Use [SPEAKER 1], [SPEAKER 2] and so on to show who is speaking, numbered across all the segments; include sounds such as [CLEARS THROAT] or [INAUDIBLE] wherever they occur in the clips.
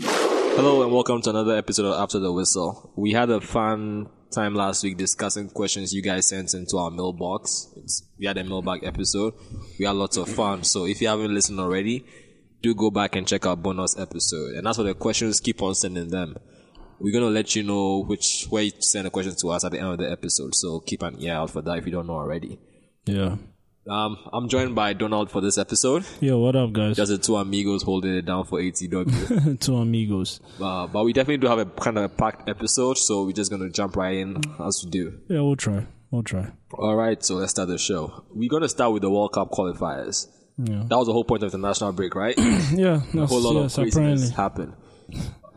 [SPEAKER 1] Hello and welcome to another episode of After the Whistle. We had a fun time last week discussing questions you guys sent into our mailbox. It's, we had a mailbag episode. We had lots of fun. So if you haven't listened already, do go back and check our bonus episode. And as for the questions, keep on sending them. We're gonna let you know which way to send the questions to us at the end of the episode. So keep an ear out for that if you don't know already.
[SPEAKER 2] Yeah.
[SPEAKER 1] Um, I'm joined by Donald for this episode.
[SPEAKER 2] Yo, what up, guys?
[SPEAKER 1] Just the two amigos holding it down for ATW.
[SPEAKER 2] [LAUGHS] Two amigos.
[SPEAKER 1] Uh, but we definitely do have a kind of a packed episode, so we're just gonna jump right in as we do.
[SPEAKER 2] Yeah, we'll try. We'll try.
[SPEAKER 1] All right, so let's start the show. We're gonna start with the World Cup qualifiers.
[SPEAKER 2] Yeah.
[SPEAKER 1] That was the whole point of the national break, right? [CLEARS THROAT]
[SPEAKER 2] Yeah, that's,
[SPEAKER 1] whole lot
[SPEAKER 2] yeah,
[SPEAKER 1] of
[SPEAKER 2] apparently.
[SPEAKER 1] craziness happened.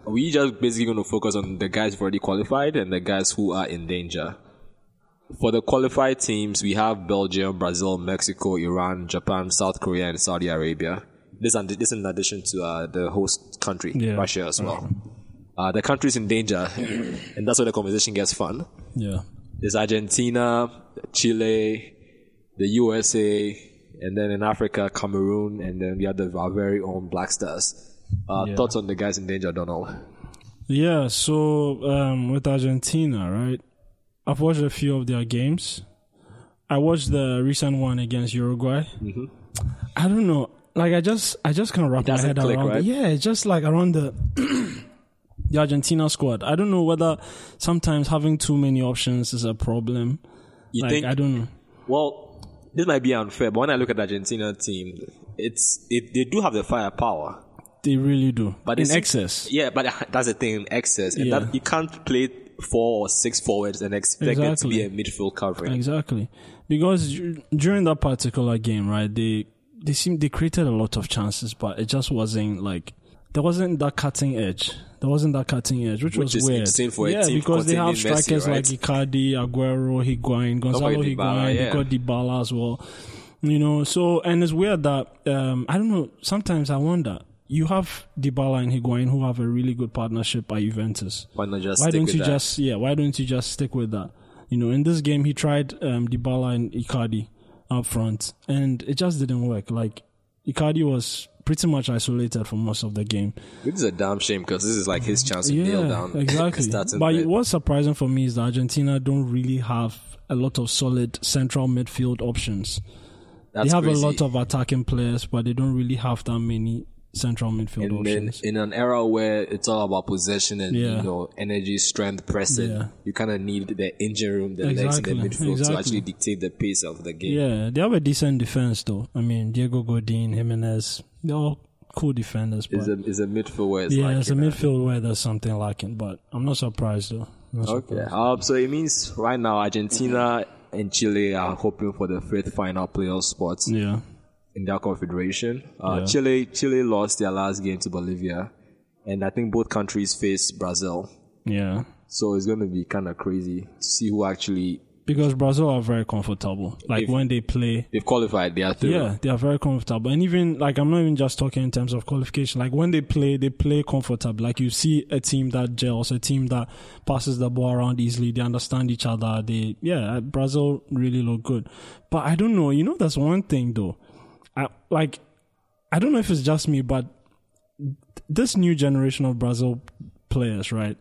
[SPEAKER 1] [LAUGHS] We just basically going to focus on the guys who've already qualified and the guys who are in danger. For the qualified teams, we have Belgium, Brazil, Mexico, Iran, Japan, South Korea, and Saudi Arabia. This, and this in addition to uh, the host country,
[SPEAKER 2] Yeah.
[SPEAKER 1] Russia, as well. Uh, the country's in danger, [LAUGHS] and that's where the conversation gets fun.
[SPEAKER 2] Yeah.
[SPEAKER 1] There's Argentina, Chile, the USA, and then in Africa, Cameroon, and then we have the, our very own Black Stars. Uh,
[SPEAKER 2] Yeah.
[SPEAKER 1] Thoughts on the guys in danger, Donald?
[SPEAKER 2] Yeah, so um, with Argentina, right? I've watched a few of their games. I watched the recent one against Uruguay. Mm-hmm. I don't know. Like I just I just can't wrap my
[SPEAKER 1] doesn't
[SPEAKER 2] head
[SPEAKER 1] click,
[SPEAKER 2] around.
[SPEAKER 1] right?
[SPEAKER 2] It. Yeah, it's just like around the [CLEARS THROAT] the Argentina squad. I don't know whether sometimes having too many options is a problem.
[SPEAKER 1] You
[SPEAKER 2] Like
[SPEAKER 1] think?
[SPEAKER 2] I don't know.
[SPEAKER 1] well, this might be unfair, but when I look at the Argentina team, it's it, they do have the firepower,
[SPEAKER 2] They really do.
[SPEAKER 1] but
[SPEAKER 2] in
[SPEAKER 1] it's-
[SPEAKER 2] excess.
[SPEAKER 1] Yeah, but [LAUGHS] that's the thing, excess, and
[SPEAKER 2] Yeah.
[SPEAKER 1] that you can't play four or six forwards and expect it to
[SPEAKER 2] Exactly.
[SPEAKER 1] be a midfield covering.
[SPEAKER 2] Exactly, because dur- during that particular game, right? They they seem they created a lot of chances, but it just wasn't like there wasn't that cutting edge. There wasn't that cutting edge, which,
[SPEAKER 1] Which
[SPEAKER 2] was
[SPEAKER 1] is
[SPEAKER 2] weird.
[SPEAKER 1] insane for a
[SPEAKER 2] yeah,
[SPEAKER 1] team
[SPEAKER 2] because they have
[SPEAKER 1] containing Messi,
[SPEAKER 2] strikers
[SPEAKER 1] right?
[SPEAKER 2] like Icardi, Aguero, Higuain, Gonzalo
[SPEAKER 1] forget
[SPEAKER 2] Higuain.
[SPEAKER 1] Dybala, yeah.
[SPEAKER 2] They got Dybala as well. You know, so and it's weird that um, I don't know. Sometimes I wonder. You have Dybala and Higuain who have a really good partnership at Juventus
[SPEAKER 1] Why not just
[SPEAKER 2] why
[SPEAKER 1] stick
[SPEAKER 2] don't
[SPEAKER 1] with
[SPEAKER 2] you
[SPEAKER 1] that?
[SPEAKER 2] just yeah why don't you just stick with that you know in this game he tried um Dybala and Icardi up front and it just didn't work like Icardi was pretty much isolated for most of the game
[SPEAKER 1] Which is a damn shame because this is like his chance to nail
[SPEAKER 2] yeah
[SPEAKER 1] down [LAUGHS]
[SPEAKER 2] exactly
[SPEAKER 1] starting
[SPEAKER 2] but
[SPEAKER 1] threat.
[SPEAKER 2] what's surprising for me is that Argentina don't really have a lot of solid central midfield options
[SPEAKER 1] That's
[SPEAKER 2] they have
[SPEAKER 1] crazy.
[SPEAKER 2] a lot of attacking players but they don't really have that many central midfield
[SPEAKER 1] And then
[SPEAKER 2] options
[SPEAKER 1] in an era where it's all about possession and
[SPEAKER 2] Yeah.
[SPEAKER 1] you know energy, strength, pressing,
[SPEAKER 2] Yeah.
[SPEAKER 1] you kind of need the engine room, the legs, and the
[SPEAKER 2] Exactly,
[SPEAKER 1] midfield to
[SPEAKER 2] exactly.
[SPEAKER 1] actually dictate the pace of the game.
[SPEAKER 2] yeah they have a decent defense though I mean Diego Godin Jimenez they're all cool defenders but
[SPEAKER 1] Is a is a midfield where it's
[SPEAKER 2] Yeah,
[SPEAKER 1] like uh,
[SPEAKER 2] it's a midfield where there's something lacking, but I'm not surprised though. I'm not
[SPEAKER 1] okay.
[SPEAKER 2] surprised.
[SPEAKER 1] Um, so it means right now Argentina and Chile are hoping for the fifth final playoff spots
[SPEAKER 2] Yeah.
[SPEAKER 1] in their confederation. Uh,
[SPEAKER 2] Yeah.
[SPEAKER 1] Chile Chile lost their last game to Bolivia, and I think both countries face Brazil.
[SPEAKER 2] Yeah.
[SPEAKER 1] So it's going to be kind of crazy to see who actually
[SPEAKER 2] Because Brazil are very comfortable. Like
[SPEAKER 1] If-
[SPEAKER 2] when they play,
[SPEAKER 1] they've qualified. They are through.
[SPEAKER 2] yeah, they are very comfortable. And even like I'm not even just talking in terms of qualification. Like when they play, they play comfortable. Like you see a team that gels, a team that passes the ball around easily. They understand each other. They yeah, uh, Brazil really look good. But I don't know. You know, that's one thing though. I like I don't know if it's just me, but this new generation of Brazil players, right?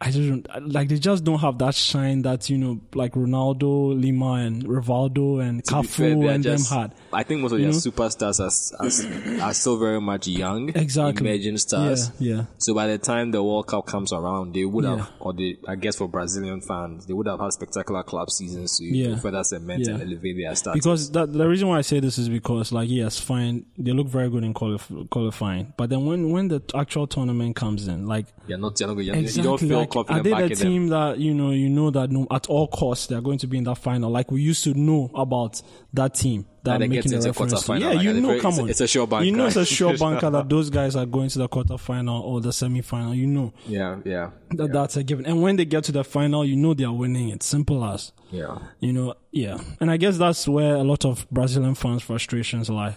[SPEAKER 2] I just don't I- like they just don't have that shine that you know, like Ronaldo, Lima, and Rivaldo, and
[SPEAKER 1] To be fair,
[SPEAKER 2] Cafu,
[SPEAKER 1] they are
[SPEAKER 2] and
[SPEAKER 1] just-
[SPEAKER 2] them had.
[SPEAKER 1] I think most of their superstars are, are, are still very much young,
[SPEAKER 2] Exactly.
[SPEAKER 1] emerging stars.
[SPEAKER 2] Yeah, yeah.
[SPEAKER 1] So by the time the World Cup comes around, they would have, or they, I guess for Brazilian fans, they would have had spectacular club seasons to
[SPEAKER 2] Yeah.
[SPEAKER 1] further cement and
[SPEAKER 2] Yeah.
[SPEAKER 1] elevate their status.
[SPEAKER 2] Because that, the reason why I say this is because, like, yes, fine, they look very good in qualif- qualifying, but then when when the actual tournament comes in, like,
[SPEAKER 1] you're not, you're not, you're,
[SPEAKER 2] exactly,
[SPEAKER 1] you don't feel
[SPEAKER 2] like, are
[SPEAKER 1] confident
[SPEAKER 2] they
[SPEAKER 1] back
[SPEAKER 2] the
[SPEAKER 1] in them.
[SPEAKER 2] team that you know you know that no, at all costs they're going to be in that final? Like we used to know about that team that
[SPEAKER 1] And they
[SPEAKER 2] I'm
[SPEAKER 1] get
[SPEAKER 2] making the
[SPEAKER 1] into
[SPEAKER 2] reference to.
[SPEAKER 1] quarterfinal,
[SPEAKER 2] Yeah,
[SPEAKER 1] like,
[SPEAKER 2] you
[SPEAKER 1] it's
[SPEAKER 2] know,
[SPEAKER 1] very-
[SPEAKER 2] come
[SPEAKER 1] it's a-
[SPEAKER 2] on,
[SPEAKER 1] it's a sure
[SPEAKER 2] You know,
[SPEAKER 1] banker.
[SPEAKER 2] it's
[SPEAKER 1] [LAUGHS]
[SPEAKER 2] a sure banker that those guys are going to the quarterfinal or the semifinal. You know
[SPEAKER 1] Yeah, yeah,
[SPEAKER 2] that that's a given, and when they get to the final, you know they are winning it. Simple as
[SPEAKER 1] yeah.
[SPEAKER 2] you know, yeah. And I guess that's where a lot of Brazilian fans' frustrations lie.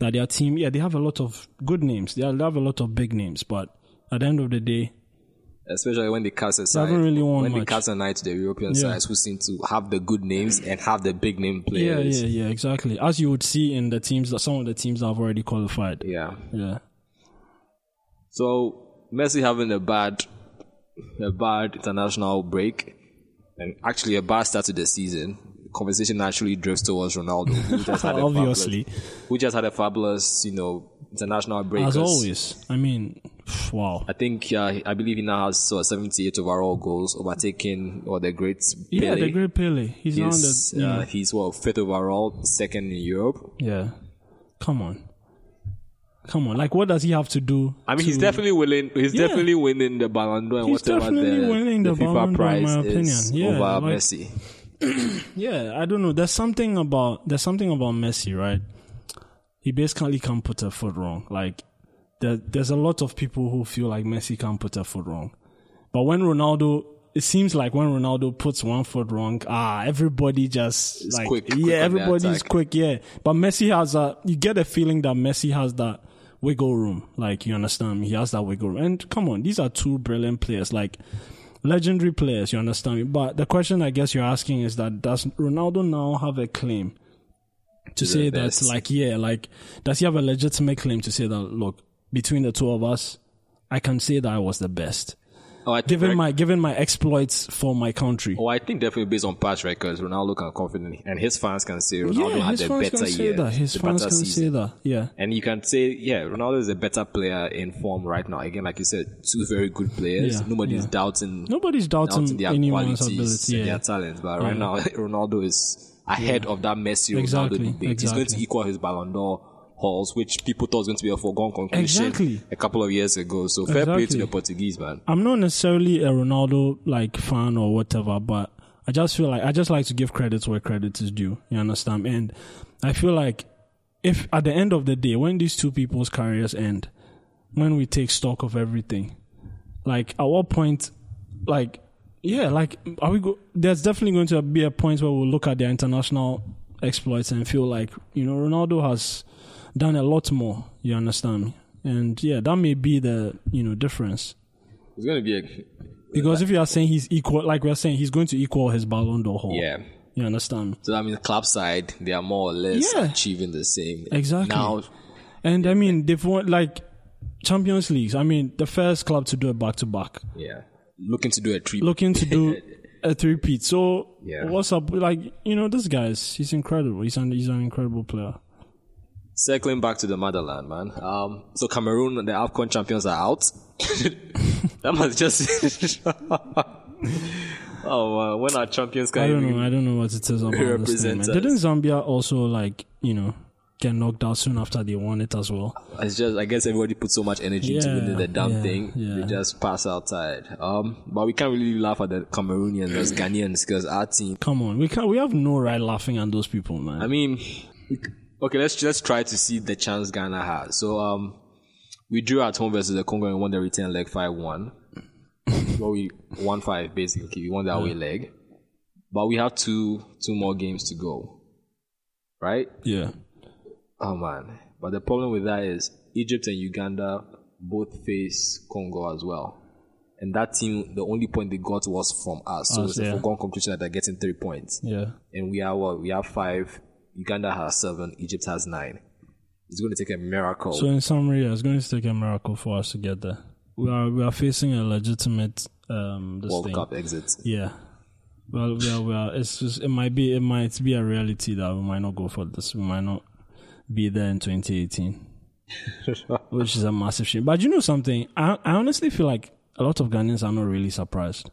[SPEAKER 2] That their team, yeah, they have a lot of good names. They have a lot of big names, but at the end of the day,
[SPEAKER 1] Especially when they cast aside,
[SPEAKER 2] haven't really won
[SPEAKER 1] when they
[SPEAKER 2] much.
[SPEAKER 1] cast an eye to the European sides who seem to have the good names and have the big name
[SPEAKER 2] yeah,
[SPEAKER 1] players.
[SPEAKER 2] yeah, yeah, exactly. As you would see in the teams that some of the teams that have already qualified.
[SPEAKER 1] yeah.
[SPEAKER 2] Yeah,
[SPEAKER 1] So Messi having a bad, a bad international break, and actually a bad start to the season. Conversation naturally drifts towards Ronaldo, who just had a
[SPEAKER 2] [LAUGHS] Obviously.
[SPEAKER 1] fabulous, who just had a fabulous, you know, international break.
[SPEAKER 2] As
[SPEAKER 1] 'Cause
[SPEAKER 2] always, I mean, pff, wow.
[SPEAKER 1] I think uh, I believe he now has uh, 78 overall goals, overtaking or the great
[SPEAKER 2] Yeah,
[SPEAKER 1] Pele.
[SPEAKER 2] the great Pele. He's now
[SPEAKER 1] He's,
[SPEAKER 2] the yeah.
[SPEAKER 1] uh, he's what fifth overall, second in Europe.
[SPEAKER 2] yeah. Come on, come on. Like, what does he have to do?
[SPEAKER 1] I mean, he's definitely winning. He's
[SPEAKER 2] Yeah.
[SPEAKER 1] definitely winning the Ballon d'Or and
[SPEAKER 2] He's
[SPEAKER 1] whatever
[SPEAKER 2] definitely
[SPEAKER 1] the,
[SPEAKER 2] winning the
[SPEAKER 1] FIFA
[SPEAKER 2] Ballon d'Or, in
[SPEAKER 1] prize
[SPEAKER 2] my
[SPEAKER 1] is
[SPEAKER 2] opinion. Yeah,
[SPEAKER 1] over
[SPEAKER 2] like-
[SPEAKER 1] Messi.
[SPEAKER 2] Yeah, I don't know. There's something about there's something about Messi, right? He basically can't put a foot wrong. Like there, there's a lot of people who feel like Messi can't put a foot wrong. But when Ronaldo it seems like when Ronaldo puts one foot wrong, ah, everybody just like
[SPEAKER 1] quick, quick on
[SPEAKER 2] yeah,
[SPEAKER 1] the
[SPEAKER 2] everybody's
[SPEAKER 1] attack.
[SPEAKER 2] quick, yeah. But Messi has a you get a feeling that Messi has that wiggle room. Like you understand me, he has that wiggle room. And come on, these are two brilliant players. Like legendary players, you understand me? But the question I guess you're asking is that does Ronaldo now have a claim to say that,
[SPEAKER 1] best.
[SPEAKER 2] like, yeah, like, does he have a legitimate claim to say that, look, between the two of us, I can say that I was the best,
[SPEAKER 1] Oh, I think,
[SPEAKER 2] given
[SPEAKER 1] rec-
[SPEAKER 2] my given my exploits for my country.
[SPEAKER 1] oh, I think definitely based on past records, Ronaldo can confidently and his fans can say Ronaldo
[SPEAKER 2] yeah,
[SPEAKER 1] had
[SPEAKER 2] his
[SPEAKER 1] the
[SPEAKER 2] fans
[SPEAKER 1] better
[SPEAKER 2] can say
[SPEAKER 1] year,
[SPEAKER 2] that. His
[SPEAKER 1] the
[SPEAKER 2] fans
[SPEAKER 1] better
[SPEAKER 2] can
[SPEAKER 1] season.
[SPEAKER 2] say that. Yeah,
[SPEAKER 1] And you can say, yeah, Ronaldo is a better player in form right now. Again, like you said, two very good players.
[SPEAKER 2] Yeah,
[SPEAKER 1] Nobody's
[SPEAKER 2] yeah.
[SPEAKER 1] doubting
[SPEAKER 2] nobody's
[SPEAKER 1] doubting
[SPEAKER 2] doubting
[SPEAKER 1] their
[SPEAKER 2] anyone's
[SPEAKER 1] qualities,
[SPEAKER 2] ability.
[SPEAKER 1] their
[SPEAKER 2] Yeah.
[SPEAKER 1] talents. But right now, [LAUGHS] Ronaldo is ahead of that Messi Ronaldo
[SPEAKER 2] Exactly,
[SPEAKER 1] debate. He's going to
[SPEAKER 2] exactly.
[SPEAKER 1] equal his Ballon d'or hauls, which people thought was going to be a foregone conclusion
[SPEAKER 2] Exactly.
[SPEAKER 1] a couple of years ago. So fair play to
[SPEAKER 2] Exactly.
[SPEAKER 1] the Portuguese man.
[SPEAKER 2] I'm not necessarily a Ronaldo like fan or whatever, but I just feel like I just like to give credit where credit is due. You understand? And I feel like if at the end of the day, when these two people's careers end, when we take stock of everything, like at what point, like yeah, like are we? Go- There's definitely going to be a point where we'll look at their international exploits and feel like you know Ronaldo has done a lot more. You understand me? And yeah, that may be the you know difference.
[SPEAKER 1] It's going to be a
[SPEAKER 2] Because if you are saying he's equal, like we are saying, he's going to equal his Ballon d'Or haul.
[SPEAKER 1] yeah.
[SPEAKER 2] You understand?
[SPEAKER 1] So that means club side they are more or less
[SPEAKER 2] Yeah.
[SPEAKER 1] achieving the same.
[SPEAKER 2] Exactly.
[SPEAKER 1] Now
[SPEAKER 2] And I mean, they've won, like, Champions Leagues. I mean, the first club to do it back to back.
[SPEAKER 1] yeah. Looking to do a triple.
[SPEAKER 2] Looking to do a three-peat. So,
[SPEAKER 1] Yeah.
[SPEAKER 2] what's up? Like, you know, this guy is, he's incredible. He's an, he's an incredible player.
[SPEAKER 1] [LAUGHS] Circling back to the motherland, man. Um, so Cameroon, the AFCON champions are out. [LAUGHS] that must just. [LAUGHS] oh, wow. when are champions
[SPEAKER 2] I don't
[SPEAKER 1] coming?
[SPEAKER 2] know. I don't know what it says about this thing, man.
[SPEAKER 1] Represent us.
[SPEAKER 2] Didn't Zambia also, like, you know, get knocked out soon after they won it as well?
[SPEAKER 1] It's just, I guess everybody put so much energy into
[SPEAKER 2] Yeah,
[SPEAKER 1] winning the damn
[SPEAKER 2] yeah,
[SPEAKER 1] thing.
[SPEAKER 2] yeah.
[SPEAKER 1] They just pass outside. Um, but we can't really laugh at the Cameroonians as Ghanaians because our team.
[SPEAKER 2] Come on. We can't, we have no right laughing at those people, man.
[SPEAKER 1] I mean, we c- okay, let's let's try to see the chance Ghana has. So, um, we drew at home versus the Congo and won the return leg five
[SPEAKER 2] [LAUGHS]
[SPEAKER 1] one. well, we won five basically. We won the away leg, but we have two two more games to go, right?
[SPEAKER 2] yeah.
[SPEAKER 1] Oh man! But the problem with that is Egypt and Uganda both face Congo as well, and that team the only point they got was from us. So
[SPEAKER 2] Us,
[SPEAKER 1] it's a
[SPEAKER 2] yeah.
[SPEAKER 1] foregone conclusion that they're getting three points
[SPEAKER 2] Yeah.
[SPEAKER 1] and we are what we have five. Uganda has seven. Egypt has nine. It's going to take a miracle.
[SPEAKER 2] So in summary, yeah, it's going to take a miracle for us to get there. We are we are facing a legitimate um this
[SPEAKER 1] World
[SPEAKER 2] thing.
[SPEAKER 1] Cup exit.
[SPEAKER 2] Yeah. Well, we are, we are, it's just, it might be it might be a reality that we might not go for this. We might not be there in
[SPEAKER 1] [LAUGHS]
[SPEAKER 2] 2018, which is a massive shame. But you know something, I I honestly feel like a lot of Ghanaians are not really surprised.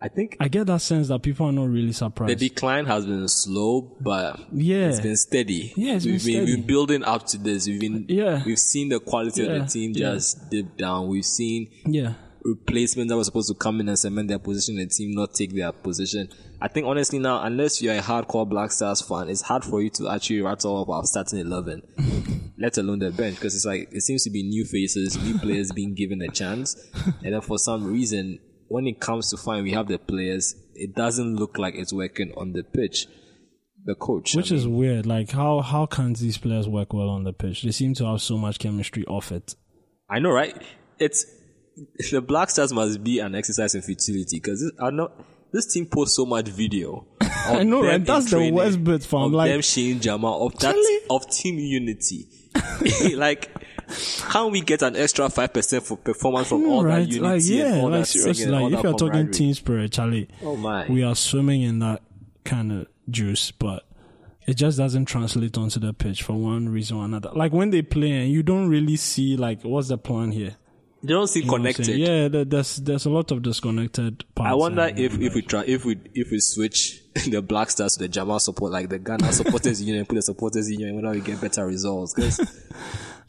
[SPEAKER 1] I think
[SPEAKER 2] I get that sense that people are not really surprised.
[SPEAKER 1] the decline has been slow, but
[SPEAKER 2] yeah,
[SPEAKER 1] it's been steady.
[SPEAKER 2] Yeah, it's
[SPEAKER 1] we've
[SPEAKER 2] been
[SPEAKER 1] been,
[SPEAKER 2] steady.
[SPEAKER 1] we've been building up to this. We've been
[SPEAKER 2] Yeah.
[SPEAKER 1] we've seen the quality of
[SPEAKER 2] Yeah,
[SPEAKER 1] the team
[SPEAKER 2] yeah.
[SPEAKER 1] just dip down. We've seen
[SPEAKER 2] yeah.
[SPEAKER 1] replacements that were supposed to come in and cement their position in the team not take their position. I think honestly now, unless you're a hardcore Black Stars fan, it's hard for you to actually rattle off our starting eleven, let alone the bench, because it's like it seems to be new faces, new players being given a chance, and then for some reason, when it comes to find we have the players, it doesn't look like it's working on the pitch. The coach,
[SPEAKER 2] Which is weird. Like how how can these players work well on the pitch? They seem to have so much chemistry off it.
[SPEAKER 1] I know, right? It's [LAUGHS] the Black Stars must be an exercise in futility because I know this team posts so much
[SPEAKER 2] [LAUGHS]
[SPEAKER 1] video. I
[SPEAKER 2] know, right? That's the worst bit, fam.
[SPEAKER 1] Of
[SPEAKER 2] Like-
[SPEAKER 1] them Shane Jama of that
[SPEAKER 2] Really?
[SPEAKER 1] of team unity. [LAUGHS] like How we get an extra five percent for performance from
[SPEAKER 2] No,
[SPEAKER 1] all
[SPEAKER 2] right?
[SPEAKER 1] that unity
[SPEAKER 2] Like,
[SPEAKER 1] and
[SPEAKER 2] yeah,
[SPEAKER 1] all
[SPEAKER 2] like
[SPEAKER 1] that singing
[SPEAKER 2] seriously,
[SPEAKER 1] and all
[SPEAKER 2] like if
[SPEAKER 1] that
[SPEAKER 2] you're talking
[SPEAKER 1] camaraderie?
[SPEAKER 2] team spirit, Charlie,
[SPEAKER 1] oh my,
[SPEAKER 2] we are swimming in that kind of juice, but it just doesn't translate onto the pitch for one reason or another. Like when they play, and you don't really see like what's the plan here.
[SPEAKER 1] they don't seem
[SPEAKER 2] You know what I'm saying?
[SPEAKER 1] connected.
[SPEAKER 2] Yeah, there- there's there's a lot of disconnected parts.
[SPEAKER 1] I wonder
[SPEAKER 2] and-
[SPEAKER 1] if if we try if we if we switch [LAUGHS] the Black Stars to the Jamal support like the Ghana supporters union, put the supporters union, whether we get better results. 'Cause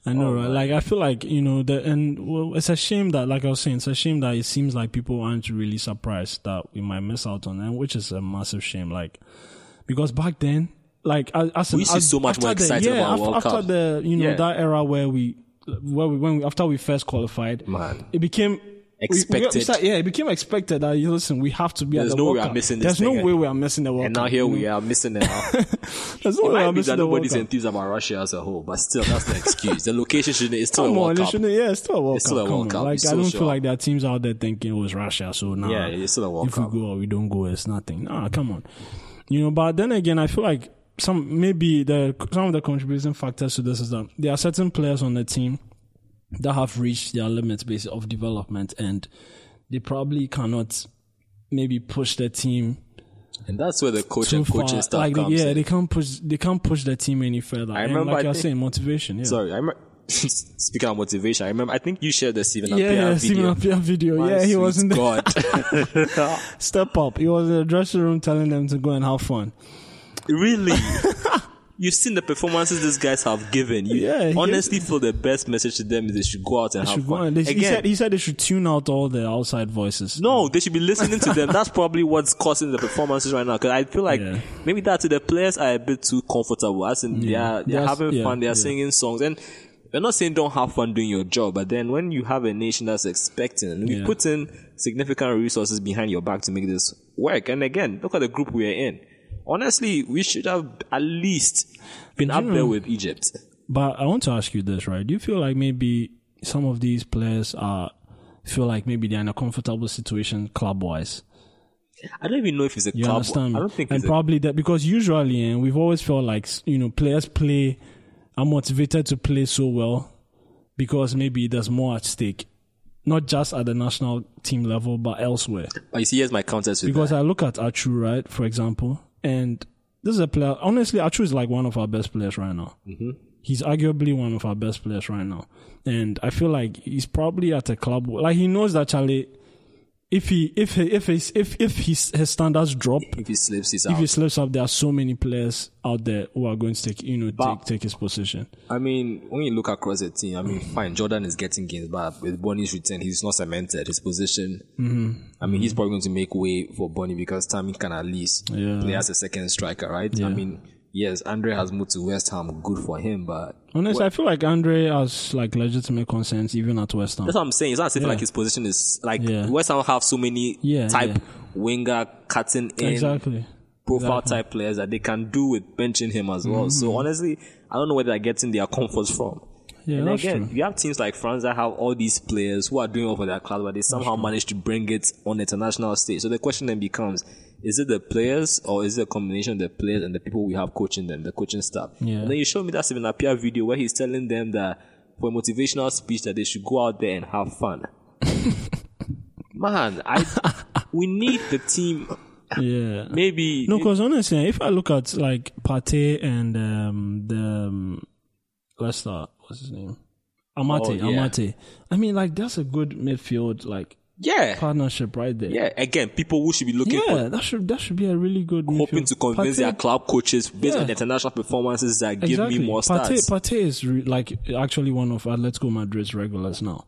[SPEAKER 2] I
[SPEAKER 1] Oh
[SPEAKER 2] know, right? Like, I feel like you know, the, and well, it's a shame that, like I was saying, it's a shame that it seems like people aren't really surprised that we might miss out on them, which is a massive shame. Like, because back then, like, as, as
[SPEAKER 1] We
[SPEAKER 2] an-
[SPEAKER 1] used to be
[SPEAKER 2] as-
[SPEAKER 1] so much
[SPEAKER 2] after
[SPEAKER 1] more
[SPEAKER 2] the-
[SPEAKER 1] excited
[SPEAKER 2] yeah,
[SPEAKER 1] about
[SPEAKER 2] af-
[SPEAKER 1] World
[SPEAKER 2] after
[SPEAKER 1] Cup.
[SPEAKER 2] the you know
[SPEAKER 1] Yeah.
[SPEAKER 2] that era where we, where we when we, after we first qualified,
[SPEAKER 1] Man.
[SPEAKER 2] it became. we- we-
[SPEAKER 1] Expected.
[SPEAKER 2] We, start- yeah, it became expected that you listen, we have to be
[SPEAKER 1] There's
[SPEAKER 2] at the
[SPEAKER 1] no way
[SPEAKER 2] World
[SPEAKER 1] we are
[SPEAKER 2] Cup.
[SPEAKER 1] missing this
[SPEAKER 2] There's no
[SPEAKER 1] thing, eh?
[SPEAKER 2] way we are missing the World
[SPEAKER 1] and
[SPEAKER 2] Cup.
[SPEAKER 1] now here we are missing it. out.
[SPEAKER 2] [LAUGHS] There's no way we
[SPEAKER 1] Might
[SPEAKER 2] are
[SPEAKER 1] be
[SPEAKER 2] missing
[SPEAKER 1] that
[SPEAKER 2] the World
[SPEAKER 1] nobody's
[SPEAKER 2] Cup.
[SPEAKER 1] enthused about Russia as a whole, but still, that's
[SPEAKER 2] [LAUGHS]
[SPEAKER 1] the excuse. the location shouldn't. It's still
[SPEAKER 2] Come
[SPEAKER 1] a
[SPEAKER 2] on,
[SPEAKER 1] World
[SPEAKER 2] they
[SPEAKER 1] Cup.
[SPEAKER 2] shouldn't. Yeah, it's still a World
[SPEAKER 1] It's
[SPEAKER 2] Cup.
[SPEAKER 1] still a
[SPEAKER 2] Come
[SPEAKER 1] World
[SPEAKER 2] on.
[SPEAKER 1] Cup.
[SPEAKER 2] Like
[SPEAKER 1] It's
[SPEAKER 2] I don't
[SPEAKER 1] so
[SPEAKER 2] feel
[SPEAKER 1] sure.
[SPEAKER 2] like there are teams out there thinking it was Russia, so now
[SPEAKER 1] Yeah, it's still a World
[SPEAKER 2] if we go or we don't go, it's nothing. Nah, come on. You know, but then again, I feel like some maybe the some of the contributing factors to this is that there are certain players on the team that have reached their limits base of development and they probably cannot maybe push the team
[SPEAKER 1] And that's where the coach
[SPEAKER 2] too
[SPEAKER 1] and
[SPEAKER 2] far.
[SPEAKER 1] coaching staff
[SPEAKER 2] Like
[SPEAKER 1] comes
[SPEAKER 2] yeah,
[SPEAKER 1] in.
[SPEAKER 2] they can't push they can't push the team any further. and
[SPEAKER 1] remember,
[SPEAKER 2] like
[SPEAKER 1] I
[SPEAKER 2] you're
[SPEAKER 1] think-
[SPEAKER 2] saying, motivation. Yeah.
[SPEAKER 1] Sorry, I remember, [LAUGHS] speaking of motivation, I remember, I think you shared the Steven
[SPEAKER 2] yeah,
[SPEAKER 1] Appiah
[SPEAKER 2] yeah,
[SPEAKER 1] video.
[SPEAKER 2] Steven Appiah video.
[SPEAKER 1] My
[SPEAKER 2] yeah, he
[SPEAKER 1] sweet
[SPEAKER 2] was in the
[SPEAKER 1] God.
[SPEAKER 2] [LAUGHS] step up. He was in the dressing room telling them to go and have fun.
[SPEAKER 1] [LAUGHS] really? You've seen the performances these guys have given. You
[SPEAKER 2] Yeah, he-
[SPEAKER 1] honestly feel the best message to them is they should go out and have
[SPEAKER 2] Should go
[SPEAKER 1] fun.
[SPEAKER 2] and- they-
[SPEAKER 1] Again,
[SPEAKER 2] he said he said they should tune out all the outside voices.
[SPEAKER 1] no, they should be listening to them. That's probably what's causing the performances right now. Because I feel like
[SPEAKER 2] Yeah.
[SPEAKER 1] maybe that to the players are a bit too comfortable. As in, they are, they're
[SPEAKER 2] That's-
[SPEAKER 1] having
[SPEAKER 2] yeah,
[SPEAKER 1] fun, they're
[SPEAKER 2] yeah.
[SPEAKER 1] singing songs. And we're not saying don't have fun doing your job, but then when you have a nation that's expecting, and we
[SPEAKER 2] Yeah.
[SPEAKER 1] put in significant resources behind your back to make this work. And again, look at the group we're in. Honestly, we should have at least been up there with Egypt.
[SPEAKER 2] But I want to ask you this, right? Do you feel like maybe some of these players are feel like maybe they're in a comfortable situation club wise?
[SPEAKER 1] I don't even know if it's a
[SPEAKER 2] You
[SPEAKER 1] club.
[SPEAKER 2] understand? me?
[SPEAKER 1] I don't think
[SPEAKER 2] and
[SPEAKER 1] it's a
[SPEAKER 2] probably that because usually and we've always felt like you know players play are motivated to play so well because maybe there's more at stake, not just at the national team level but elsewhere.
[SPEAKER 1] But Oh, you see, here's my counter to
[SPEAKER 2] Because
[SPEAKER 1] that.
[SPEAKER 2] I look at Achu, right, for example, and this is a player. Honestly, Achu is like one of our best players right now. Mm-hmm. He's arguably one of our best players right now, and I feel like he's probably at a club like he knows that Charlie. If he if he, if his if if his, his standards drop,
[SPEAKER 1] If he slips, he's
[SPEAKER 2] if
[SPEAKER 1] out.
[SPEAKER 2] he slips up, there are so many players out there who are going to take you know
[SPEAKER 1] But-
[SPEAKER 2] take take his position.
[SPEAKER 1] I mean, when you look across the team, I mean,
[SPEAKER 2] Mm.
[SPEAKER 1] fine, Jordan is getting games, but with Bonnie's return, he's not cemented his position.
[SPEAKER 2] Mm-hmm.
[SPEAKER 1] I mean, he's probably going to make way for Bonnie because Tammy can at least
[SPEAKER 2] Yeah.
[SPEAKER 1] play as a second striker, right? I mean, yes, Andre has moved to West Ham, good for him, but
[SPEAKER 2] Honestly, I feel like Andre has like legitimate concerns even at West Ham.
[SPEAKER 1] that's what I'm saying. It's not as if like his position is like
[SPEAKER 2] Yeah.
[SPEAKER 1] West Ham have so many
[SPEAKER 2] Yeah,
[SPEAKER 1] type
[SPEAKER 2] yeah.
[SPEAKER 1] winger cutting in
[SPEAKER 2] Exactly. Mm-hmm.
[SPEAKER 1] profile type players that they can do with benching him as well. So honestly, I don't know where they're getting their comforts from.
[SPEAKER 2] Yeah,
[SPEAKER 1] And
[SPEAKER 2] that's
[SPEAKER 1] again,
[SPEAKER 2] true.
[SPEAKER 1] you have teams like France that have all these players who are doing well for their club, but they somehow manage to bring it on the international stage. So the question then becomes: Is it the players, or is it a combination of the players and the people we have coaching them, the coaching staff?
[SPEAKER 2] Yeah.
[SPEAKER 1] And then you showed me that Steven Appiah video where he's telling them that for a motivational speech that they should go out there and have
[SPEAKER 2] [LAUGHS]
[SPEAKER 1] fun. Man, I we need the team.
[SPEAKER 2] Yeah.
[SPEAKER 1] Maybe
[SPEAKER 2] No, because honestly, if I look at like Pate and um, the um, Leicester, what's his name, Amate,
[SPEAKER 1] Oh, yeah.
[SPEAKER 2] Amate. I mean, like that's a good midfield like
[SPEAKER 1] yeah,
[SPEAKER 2] partnership right there.
[SPEAKER 1] Yeah, again, people who should be looking
[SPEAKER 2] Yeah,
[SPEAKER 1] for
[SPEAKER 2] that should that should be a really good midfield.
[SPEAKER 1] hoping to convince
[SPEAKER 2] Partey-
[SPEAKER 1] their club coaches based
[SPEAKER 2] Yeah.
[SPEAKER 1] on international performances that
[SPEAKER 2] exactly.
[SPEAKER 1] give me more
[SPEAKER 2] Partey-
[SPEAKER 1] stats.
[SPEAKER 2] Partey is re- like actually one of Atletico Madrid's regulars now.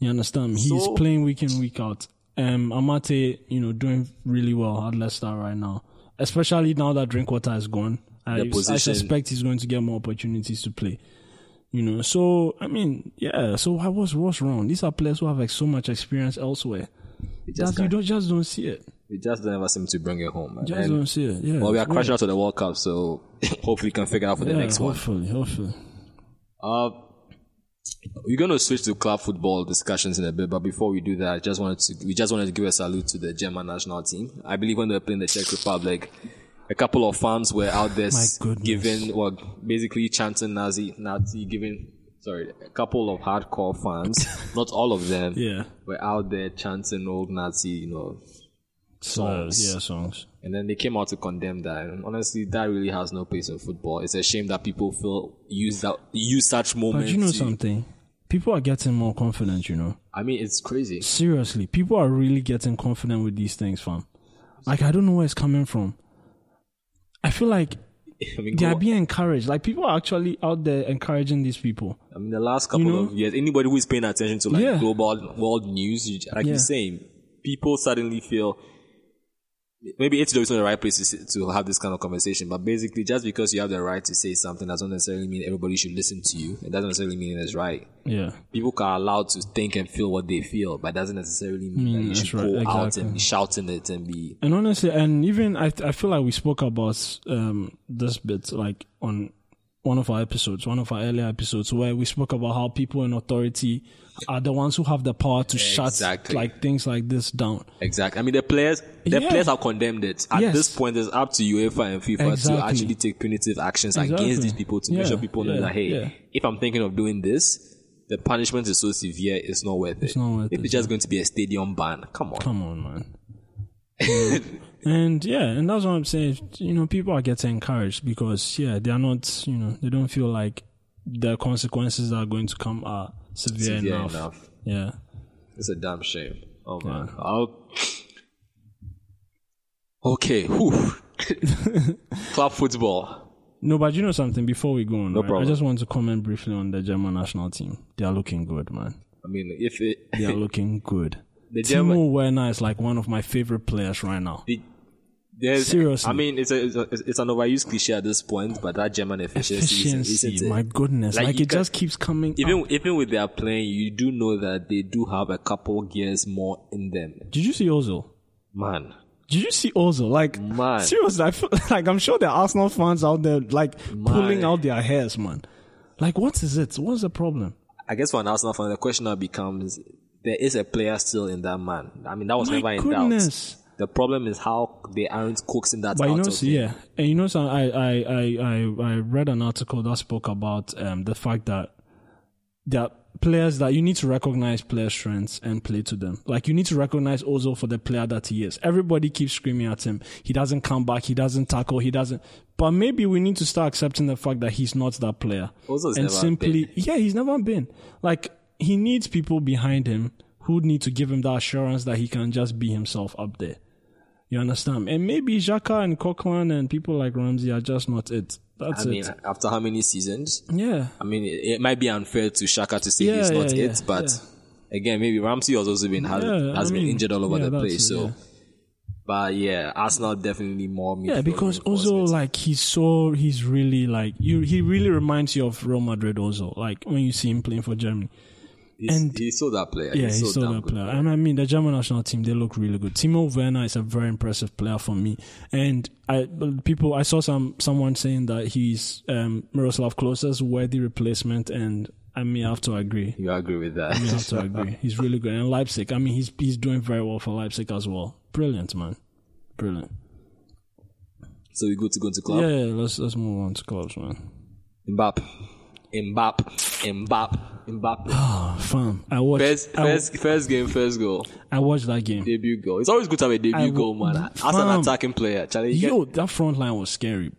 [SPEAKER 2] You understand? me? He's
[SPEAKER 1] So-
[SPEAKER 2] playing week in week out. Um, Amate, you know, doing really well at Leicester right now, especially now that Drinkwater is gone. I,
[SPEAKER 1] The
[SPEAKER 2] I
[SPEAKER 1] position-
[SPEAKER 2] suspect he's going to get more opportunities to play. You know, so I mean, yeah. So I was what's wrong? These are players who have like so much experience elsewhere
[SPEAKER 1] We just,
[SPEAKER 2] that you
[SPEAKER 1] can't-
[SPEAKER 2] don't just don't see it.
[SPEAKER 1] we just never seem to bring it home. man.
[SPEAKER 2] Just
[SPEAKER 1] And,
[SPEAKER 2] don't see it. Yeah.
[SPEAKER 1] well, we are
[SPEAKER 2] it's weird.
[SPEAKER 1] crashing out to the World Cup, so [LAUGHS] hopefully we can figure out for the
[SPEAKER 2] Yeah,
[SPEAKER 1] next one.
[SPEAKER 2] Hopefully, hopefully.
[SPEAKER 1] Uh, we're going to switch to club football discussions in a bit, but before we do that, I just wanted to we just wanted to give a salute to the German national team. I believe when they were playing the Czech Republic, a couple of fans were out there
[SPEAKER 2] My
[SPEAKER 1] s-
[SPEAKER 2] goodness.
[SPEAKER 1] giving, well, basically chanting Nazi, Nazi, giving sorry, a couple of hardcore
[SPEAKER 2] [LAUGHS]
[SPEAKER 1] fans, not all of them,
[SPEAKER 2] Yeah.
[SPEAKER 1] were out there chanting old Nazi, you know, songs.
[SPEAKER 2] yeah, songs.
[SPEAKER 1] And then they came out to condemn that. And honestly, that really has no place in football. It's a shame that people feel use that use such
[SPEAKER 2] But
[SPEAKER 1] moments.
[SPEAKER 2] you know
[SPEAKER 1] to-
[SPEAKER 2] something? People are getting more confident, you know.
[SPEAKER 1] I mean, it's crazy. [LAUGHS]
[SPEAKER 2] Seriously, people are really getting confident with these things, fam. Like, I don't know where it's coming from. I feel like
[SPEAKER 1] I mean,
[SPEAKER 2] they are
[SPEAKER 1] go-
[SPEAKER 2] being encouraged. Like, people are actually out there encouraging these people.
[SPEAKER 1] I mean, the last couple
[SPEAKER 2] know?
[SPEAKER 1] of years, anybody who is paying attention to like
[SPEAKER 2] Yeah.
[SPEAKER 1] global world news, you, like
[SPEAKER 2] Yeah.
[SPEAKER 1] you're saying, people suddenly feel maybe it's not the right place to, sit- to have this kind of conversation. But basically, just because you have the right to say something, doesn't necessarily mean everybody should listen to you. It doesn't necessarily mean it's right.
[SPEAKER 2] Yeah.
[SPEAKER 1] People are allowed to think and feel what they feel, but it doesn't necessarily mean that you
[SPEAKER 2] Mm, that's
[SPEAKER 1] should
[SPEAKER 2] right,
[SPEAKER 1] go out
[SPEAKER 2] exactly.
[SPEAKER 1] and be shouting it and be.
[SPEAKER 2] And honestly, and even I, I feel like we spoke about um, this bit like on one of our episodes, one of our earlier episodes, where we spoke about how people in authority are the ones who have the power to shut
[SPEAKER 1] Exactly.
[SPEAKER 2] like things like this down.
[SPEAKER 1] Exactly. I mean, the players, the
[SPEAKER 2] Yeah.
[SPEAKER 1] players have condemned it. At
[SPEAKER 2] Yes.
[SPEAKER 1] this point, it's up to UEFA and FIFA to
[SPEAKER 2] Exactly.
[SPEAKER 1] actually take punitive actions
[SPEAKER 2] Exactly.
[SPEAKER 1] against these people to
[SPEAKER 2] Yeah,
[SPEAKER 1] make sure people know
[SPEAKER 2] yeah,
[SPEAKER 1] that hey,
[SPEAKER 2] yeah.
[SPEAKER 1] if I'm thinking of doing this, the punishment is so severe, it's not worth it.
[SPEAKER 2] not worth
[SPEAKER 1] if
[SPEAKER 2] it,
[SPEAKER 1] it's just going to be a stadium ban, come on.
[SPEAKER 2] Come on, man. [LAUGHS] and yeah, and that's what I'm saying. You know, people are getting encouraged because yeah, they are not. You know, they don't feel like the consequences that are going to come are severe,
[SPEAKER 1] Severe
[SPEAKER 2] enough.
[SPEAKER 1] enough.
[SPEAKER 2] Yeah,
[SPEAKER 1] It's a damn shame. Oh man. I'll... Okay. Whew. [LAUGHS] Club football.
[SPEAKER 2] no, but you know something. Before we go on, right, I
[SPEAKER 1] problem.
[SPEAKER 2] just want to comment briefly on the German national team. They are looking good, man.
[SPEAKER 1] I mean, if it
[SPEAKER 2] They
[SPEAKER 1] [LAUGHS]
[SPEAKER 2] are looking good.
[SPEAKER 1] the German,
[SPEAKER 2] Timo Werner is like one of my favorite players right now.
[SPEAKER 1] the, there's,
[SPEAKER 2] Seriously.
[SPEAKER 1] I mean, it's a, it's a it's an overused cliche at this point, but that German efficiency, is-
[SPEAKER 2] Efficiency,
[SPEAKER 1] isn't it?
[SPEAKER 2] my goodness, like,
[SPEAKER 1] Like, you
[SPEAKER 2] it
[SPEAKER 1] can-
[SPEAKER 2] just keeps coming. up.
[SPEAKER 1] even even with their playing, you do know that they do have a couple gears more in them.
[SPEAKER 2] Did you see Ozil?
[SPEAKER 1] Man,
[SPEAKER 2] Did you see also like
[SPEAKER 1] Man.
[SPEAKER 2] seriously? I feel [LAUGHS] like I'm sure there are Arsenal fans out there like pulling out their hairs, man. Like what is it? What's the problem?
[SPEAKER 1] I guess for an Arsenal fan, the question now becomes: there is a player still in that man. I mean, that was
[SPEAKER 2] My
[SPEAKER 1] never in
[SPEAKER 2] goodness.
[SPEAKER 1] doubt. The problem is how they aren't coaxing that
[SPEAKER 2] But
[SPEAKER 1] out
[SPEAKER 2] you know,
[SPEAKER 1] of
[SPEAKER 2] see, yeah, and you know, so I, I, I, I, I read an article that spoke about um, the fact that there are players that you need to recognize player strengths and play to them. Like you need to recognize Ozil for the player that he is. Everybody keeps screaming at him. He doesn't come back. He doesn't tackle. He doesn't. But maybe we need to start accepting the fact that he's not that player.
[SPEAKER 1] Ozil's
[SPEAKER 2] and
[SPEAKER 1] never
[SPEAKER 2] simply, yeah, he's never been. Like he needs people behind him who need to give him the assurance that he can just be himself up there. You understand? And maybe Xhaka and Coquelin and people like Ramsey are just not it. That's
[SPEAKER 1] I mean,
[SPEAKER 2] it.
[SPEAKER 1] after how many seasons?
[SPEAKER 2] yeah.
[SPEAKER 1] I mean, it, it might be unfair to Shaka to say
[SPEAKER 2] Yeah,
[SPEAKER 1] he's not
[SPEAKER 2] yeah,
[SPEAKER 1] it,
[SPEAKER 2] yeah,
[SPEAKER 1] but again, maybe Ramsey has also been has,
[SPEAKER 2] Yeah,
[SPEAKER 1] has
[SPEAKER 2] I
[SPEAKER 1] been
[SPEAKER 2] mean,
[SPEAKER 1] injured all over
[SPEAKER 2] yeah,
[SPEAKER 1] the
[SPEAKER 2] that's
[SPEAKER 1] place.
[SPEAKER 2] it,
[SPEAKER 1] so,
[SPEAKER 2] yeah.
[SPEAKER 1] but yeah, Arsenal definitely more.
[SPEAKER 2] Yeah,
[SPEAKER 1] midfield
[SPEAKER 2] because Ozil,
[SPEAKER 1] reinforcements.
[SPEAKER 2] like, he's so, he's really like, you, he really reminds you of Real Madrid Ozil, like, when you see him playing for Germany.
[SPEAKER 1] he's,
[SPEAKER 2] and-
[SPEAKER 1] he's still that player.
[SPEAKER 2] Yeah,
[SPEAKER 1] he's,
[SPEAKER 2] he's
[SPEAKER 1] so
[SPEAKER 2] still
[SPEAKER 1] damn
[SPEAKER 2] that
[SPEAKER 1] good.
[SPEAKER 2] player. And I mean, the German national team, they look really good. Timo Werner is a very impressive player for me. And I, people, I saw some, someone saying that he's, um, Miroslav Klose's worthy replacement, and I may have to agree.
[SPEAKER 1] You agree with that?
[SPEAKER 2] I have to agree. He's really good. And Leipzig, I mean, he's he's doing very well for Leipzig as well. Brilliant, man. Brilliant.
[SPEAKER 1] So we good to go to club.
[SPEAKER 2] Yeah, yeah let's let's move on to clubs, man.
[SPEAKER 1] Mbappe, Mbappe, Mbappe, Mbappe.
[SPEAKER 2] Oh, fam. I watched
[SPEAKER 1] First,
[SPEAKER 2] I,
[SPEAKER 1] first, first game, first goal,
[SPEAKER 2] I watched that game.
[SPEAKER 1] debut goal. It's always good to have a debut
[SPEAKER 2] I
[SPEAKER 1] goal, man.
[SPEAKER 2] w-
[SPEAKER 1] As an
[SPEAKER 2] fam.
[SPEAKER 1] attacking player, Charlie, you
[SPEAKER 2] Yo, that front line was scary.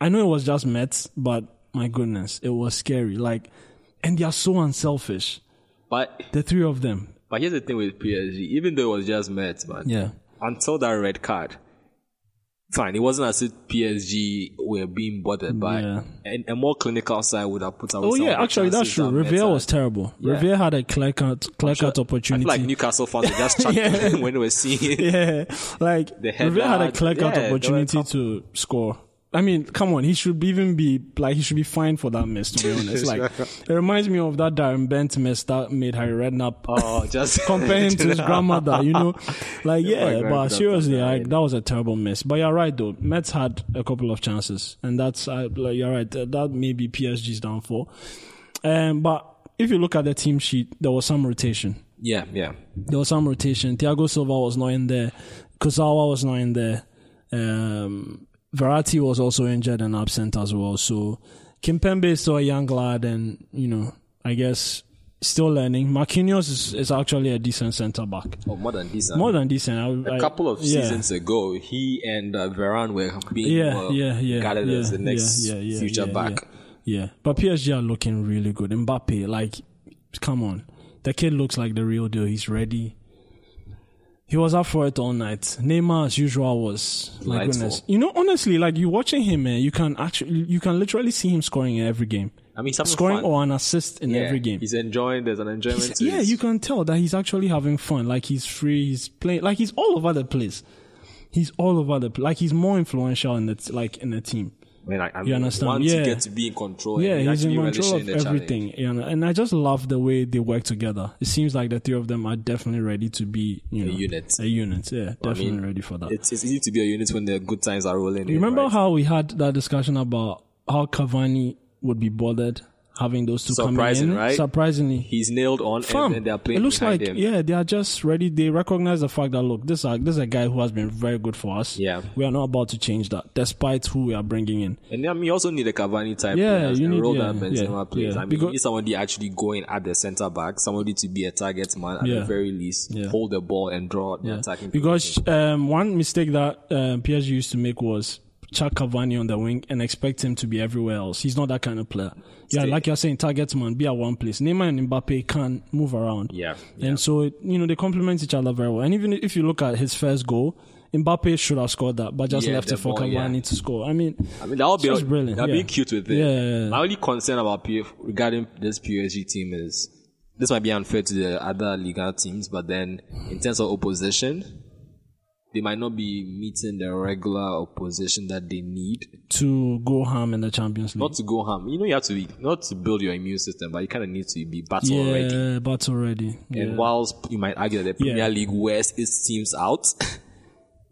[SPEAKER 2] I know it was just Mets, but my goodness, it was scary. Like and they are so unselfish.
[SPEAKER 1] get- but
[SPEAKER 2] The three of them.
[SPEAKER 1] but here's the thing with PSG. Even though it was just Mets, man,
[SPEAKER 2] Yeah.
[SPEAKER 1] until that red card, fine, it wasn't as if PSG were being bothered by.
[SPEAKER 2] Yeah.
[SPEAKER 1] And a more clinical side would have put away.
[SPEAKER 2] Oh
[SPEAKER 1] some of
[SPEAKER 2] yeah,
[SPEAKER 1] the
[SPEAKER 2] actually that's
[SPEAKER 1] chances
[SPEAKER 2] true.
[SPEAKER 1] that Mets
[SPEAKER 2] Riviera
[SPEAKER 1] had.
[SPEAKER 2] was terrible. Riviera had a clear cut clear cut
[SPEAKER 1] I
[SPEAKER 2] opportunity.
[SPEAKER 1] feel like Newcastle fans were
[SPEAKER 2] [LAUGHS]
[SPEAKER 1] just chucked [LAUGHS] when they were seeing. it.
[SPEAKER 2] Yeah, like Rivera had a
[SPEAKER 1] headlock,
[SPEAKER 2] clear cut
[SPEAKER 1] yeah, there were a
[SPEAKER 2] opportunity to score. I mean, come on, he should be- even be like he should be fined for that miss.
[SPEAKER 1] [LAUGHS]
[SPEAKER 2] To be honest, like it reminds me of that Darren Bent miss that made Harry Redknapp
[SPEAKER 1] Oh, just
[SPEAKER 2] [LAUGHS] comparing to
[SPEAKER 1] [LAUGHS]
[SPEAKER 2] his grandmother. You know, like yeah,
[SPEAKER 1] grandmother
[SPEAKER 2] but
[SPEAKER 1] does
[SPEAKER 2] seriously,
[SPEAKER 1] that,
[SPEAKER 2] I,
[SPEAKER 1] right?
[SPEAKER 2] that was a terrible miss. But you're right though. Mets had a couple of chances, and that's I, like, you're right. Uh, That may be PSG's downfall. Um, but if you look at the team sheet, there was some rotation
[SPEAKER 1] Yeah, yeah.
[SPEAKER 2] there was some rotation. Thiago Silva was not in there. Kozawa was not in there. Um, Verratti was also injured and absent as well. So Kimpembe is still a young lad, and you know, I guess still learning. Marquinhos is, is actually a decent centre back,
[SPEAKER 1] Oh, more than decent.
[SPEAKER 2] more than decent. I would-
[SPEAKER 1] a
[SPEAKER 2] I-
[SPEAKER 1] couple of
[SPEAKER 2] yeah.
[SPEAKER 1] seasons ago, he and uh, Varane were being
[SPEAKER 2] Yeah,
[SPEAKER 1] uh,
[SPEAKER 2] yeah, yeah,
[SPEAKER 1] regarded
[SPEAKER 2] yeah,
[SPEAKER 1] as the next
[SPEAKER 2] yeah, yeah, yeah,
[SPEAKER 1] future
[SPEAKER 2] yeah,
[SPEAKER 1] back.
[SPEAKER 2] Yeah. yeah, but PSG are looking really good. Mbappe, like, come on, the kid looks like the real deal. He's ready. He was up for it all night. Neymar, as usual, was my
[SPEAKER 1] Delightful.
[SPEAKER 2] goodness. You know, honestly, like you watching him, eh, you can actually, you can literally see him scoring in every game,
[SPEAKER 1] I mean, something
[SPEAKER 2] scoring
[SPEAKER 1] fun.
[SPEAKER 2] or an assist in
[SPEAKER 1] Yeah,
[SPEAKER 2] every game.
[SPEAKER 1] He's enjoying. There's an enjoyment.
[SPEAKER 2] He's-
[SPEAKER 1] to
[SPEAKER 2] yeah,
[SPEAKER 1] it.
[SPEAKER 2] you can tell that he's actually having fun. Like he's free, he's playing, like he's all over the place. He's all over the place. Like he's more influential in the t- like in the team.
[SPEAKER 1] I mean, I, I
[SPEAKER 2] understand?
[SPEAKER 1] Once
[SPEAKER 2] Yeah.
[SPEAKER 1] you get to be in control,
[SPEAKER 2] Yeah,
[SPEAKER 1] and you
[SPEAKER 2] he's in
[SPEAKER 1] actually
[SPEAKER 2] control
[SPEAKER 1] relishing
[SPEAKER 2] of
[SPEAKER 1] the challenge.
[SPEAKER 2] everything. You know? And I just love the way they work together. It seems like the three of them are definitely ready to be you know,
[SPEAKER 1] unit.
[SPEAKER 2] A unit, yeah, definitely ready for that.
[SPEAKER 1] It's, it's easy to be a unit when the good times are rolling. in,
[SPEAKER 2] Remember
[SPEAKER 1] right?
[SPEAKER 2] how we had that discussion about how Cavani would be bothered having those two
[SPEAKER 1] Surprising,
[SPEAKER 2] coming in?
[SPEAKER 1] right?
[SPEAKER 2] Surprisingly,
[SPEAKER 1] he's nailed on,
[SPEAKER 2] Fam,
[SPEAKER 1] and then they are playing
[SPEAKER 2] it looks
[SPEAKER 1] behind
[SPEAKER 2] like
[SPEAKER 1] him.
[SPEAKER 2] yeah, they are just ready. They recognize the fact that look, this are, this is a guy who has been very good for us.
[SPEAKER 1] Yeah.
[SPEAKER 2] we are not about to change that, despite who we are bringing in.
[SPEAKER 1] And I mean, you also need a Cavani type
[SPEAKER 2] Yeah,
[SPEAKER 1] players,
[SPEAKER 2] you
[SPEAKER 1] a
[SPEAKER 2] need-
[SPEAKER 1] role
[SPEAKER 2] yeah,
[SPEAKER 1] that Benzema
[SPEAKER 2] yeah,
[SPEAKER 1] plays. I
[SPEAKER 2] yeah.
[SPEAKER 1] mean,
[SPEAKER 2] Because-
[SPEAKER 1] you need somebody actually going at the centre back, somebody to be a target man at
[SPEAKER 2] Yeah.
[SPEAKER 1] the very least,
[SPEAKER 2] Yeah.
[SPEAKER 1] hold the ball and draw the attacking.
[SPEAKER 2] Because um, one mistake that um, PSG used to make was chuck Cavani on the wing and expect him to be everywhere else. He's not that kind of player. Yeah,
[SPEAKER 1] Stay-
[SPEAKER 2] like you're saying, target man, be at one place. Neymar and Mbappe can move around.
[SPEAKER 1] Yeah, yeah.
[SPEAKER 2] And so, it, you know, they complement each other very well. And even if you look at his first goal, Mbappe should have scored that, but just
[SPEAKER 1] Yeah,
[SPEAKER 2] left
[SPEAKER 1] the
[SPEAKER 2] it for
[SPEAKER 1] ball,
[SPEAKER 2] Cavani
[SPEAKER 1] yeah.
[SPEAKER 2] to score. I mean,
[SPEAKER 1] I mean, that would be
[SPEAKER 2] Just brilliant,
[SPEAKER 1] That'd
[SPEAKER 2] yeah.
[SPEAKER 1] be cute with it.
[SPEAKER 2] Yeah, yeah, yeah.
[SPEAKER 1] My only concern about PF regarding this PSG team is this might be unfair to the other Liga teams, but then in terms of opposition, they might not be meeting the regular opposition that they need.
[SPEAKER 2] to go ham in the Champions League.
[SPEAKER 1] Not to go ham. You know, you have to be, not to build your immune system, but you kind of need to be battle
[SPEAKER 2] yeah,
[SPEAKER 1] ready.
[SPEAKER 2] but already. Yeah.
[SPEAKER 1] And whilst you might argue that the Premier
[SPEAKER 2] Yeah.
[SPEAKER 1] League wears its teams out, [LAUGHS]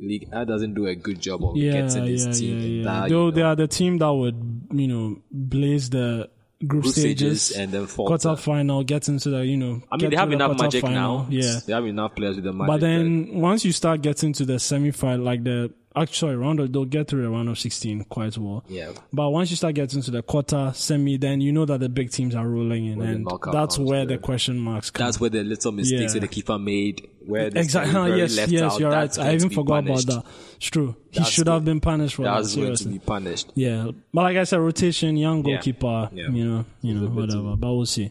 [SPEAKER 1] League A doesn't do a good job of
[SPEAKER 2] yeah,
[SPEAKER 1] getting its
[SPEAKER 2] yeah,
[SPEAKER 1] team
[SPEAKER 2] yeah,
[SPEAKER 1] in
[SPEAKER 2] yeah.
[SPEAKER 1] that. you
[SPEAKER 2] Though
[SPEAKER 1] know,
[SPEAKER 2] they are the team that would, you know, blaze the group,
[SPEAKER 1] group
[SPEAKER 2] stages,
[SPEAKER 1] stages and then fall.
[SPEAKER 2] quarter final, get into the, you know,
[SPEAKER 1] I mean,
[SPEAKER 2] get
[SPEAKER 1] they
[SPEAKER 2] to
[SPEAKER 1] have
[SPEAKER 2] the
[SPEAKER 1] enough
[SPEAKER 2] quarter
[SPEAKER 1] magic
[SPEAKER 2] final.
[SPEAKER 1] now.
[SPEAKER 2] Yeah,
[SPEAKER 1] They have enough players with the magic.
[SPEAKER 2] but
[SPEAKER 1] that-
[SPEAKER 2] then once you start getting to the semi final, like the actual round, of, they'll get through a round of sixteen quite well.
[SPEAKER 1] yeah,
[SPEAKER 2] But once you start getting to the quarter semi, then you know that the big teams are rolling in, and
[SPEAKER 1] knockout
[SPEAKER 2] that's
[SPEAKER 1] rounds,
[SPEAKER 2] where the question marks come.
[SPEAKER 1] that's where the little mistakes that
[SPEAKER 2] Yeah.
[SPEAKER 1] the keeper made. Where the
[SPEAKER 2] exactly.
[SPEAKER 1] very
[SPEAKER 2] [LAUGHS] yes,
[SPEAKER 1] left
[SPEAKER 2] yes,
[SPEAKER 1] out,
[SPEAKER 2] you're right.
[SPEAKER 1] that's
[SPEAKER 2] I
[SPEAKER 1] going to
[SPEAKER 2] even
[SPEAKER 1] be
[SPEAKER 2] forgot
[SPEAKER 1] punished.
[SPEAKER 2] about that. It's true.
[SPEAKER 1] That's
[SPEAKER 2] he should have
[SPEAKER 1] going-
[SPEAKER 2] been punished for that.
[SPEAKER 1] That's going to
[SPEAKER 2] Seriously.
[SPEAKER 1] be punished.
[SPEAKER 2] Yeah, but like I said, rotation, young
[SPEAKER 1] Yeah.
[SPEAKER 2] goalkeeper,
[SPEAKER 1] Yeah.
[SPEAKER 2] you know, you know, whatever. But we'll see.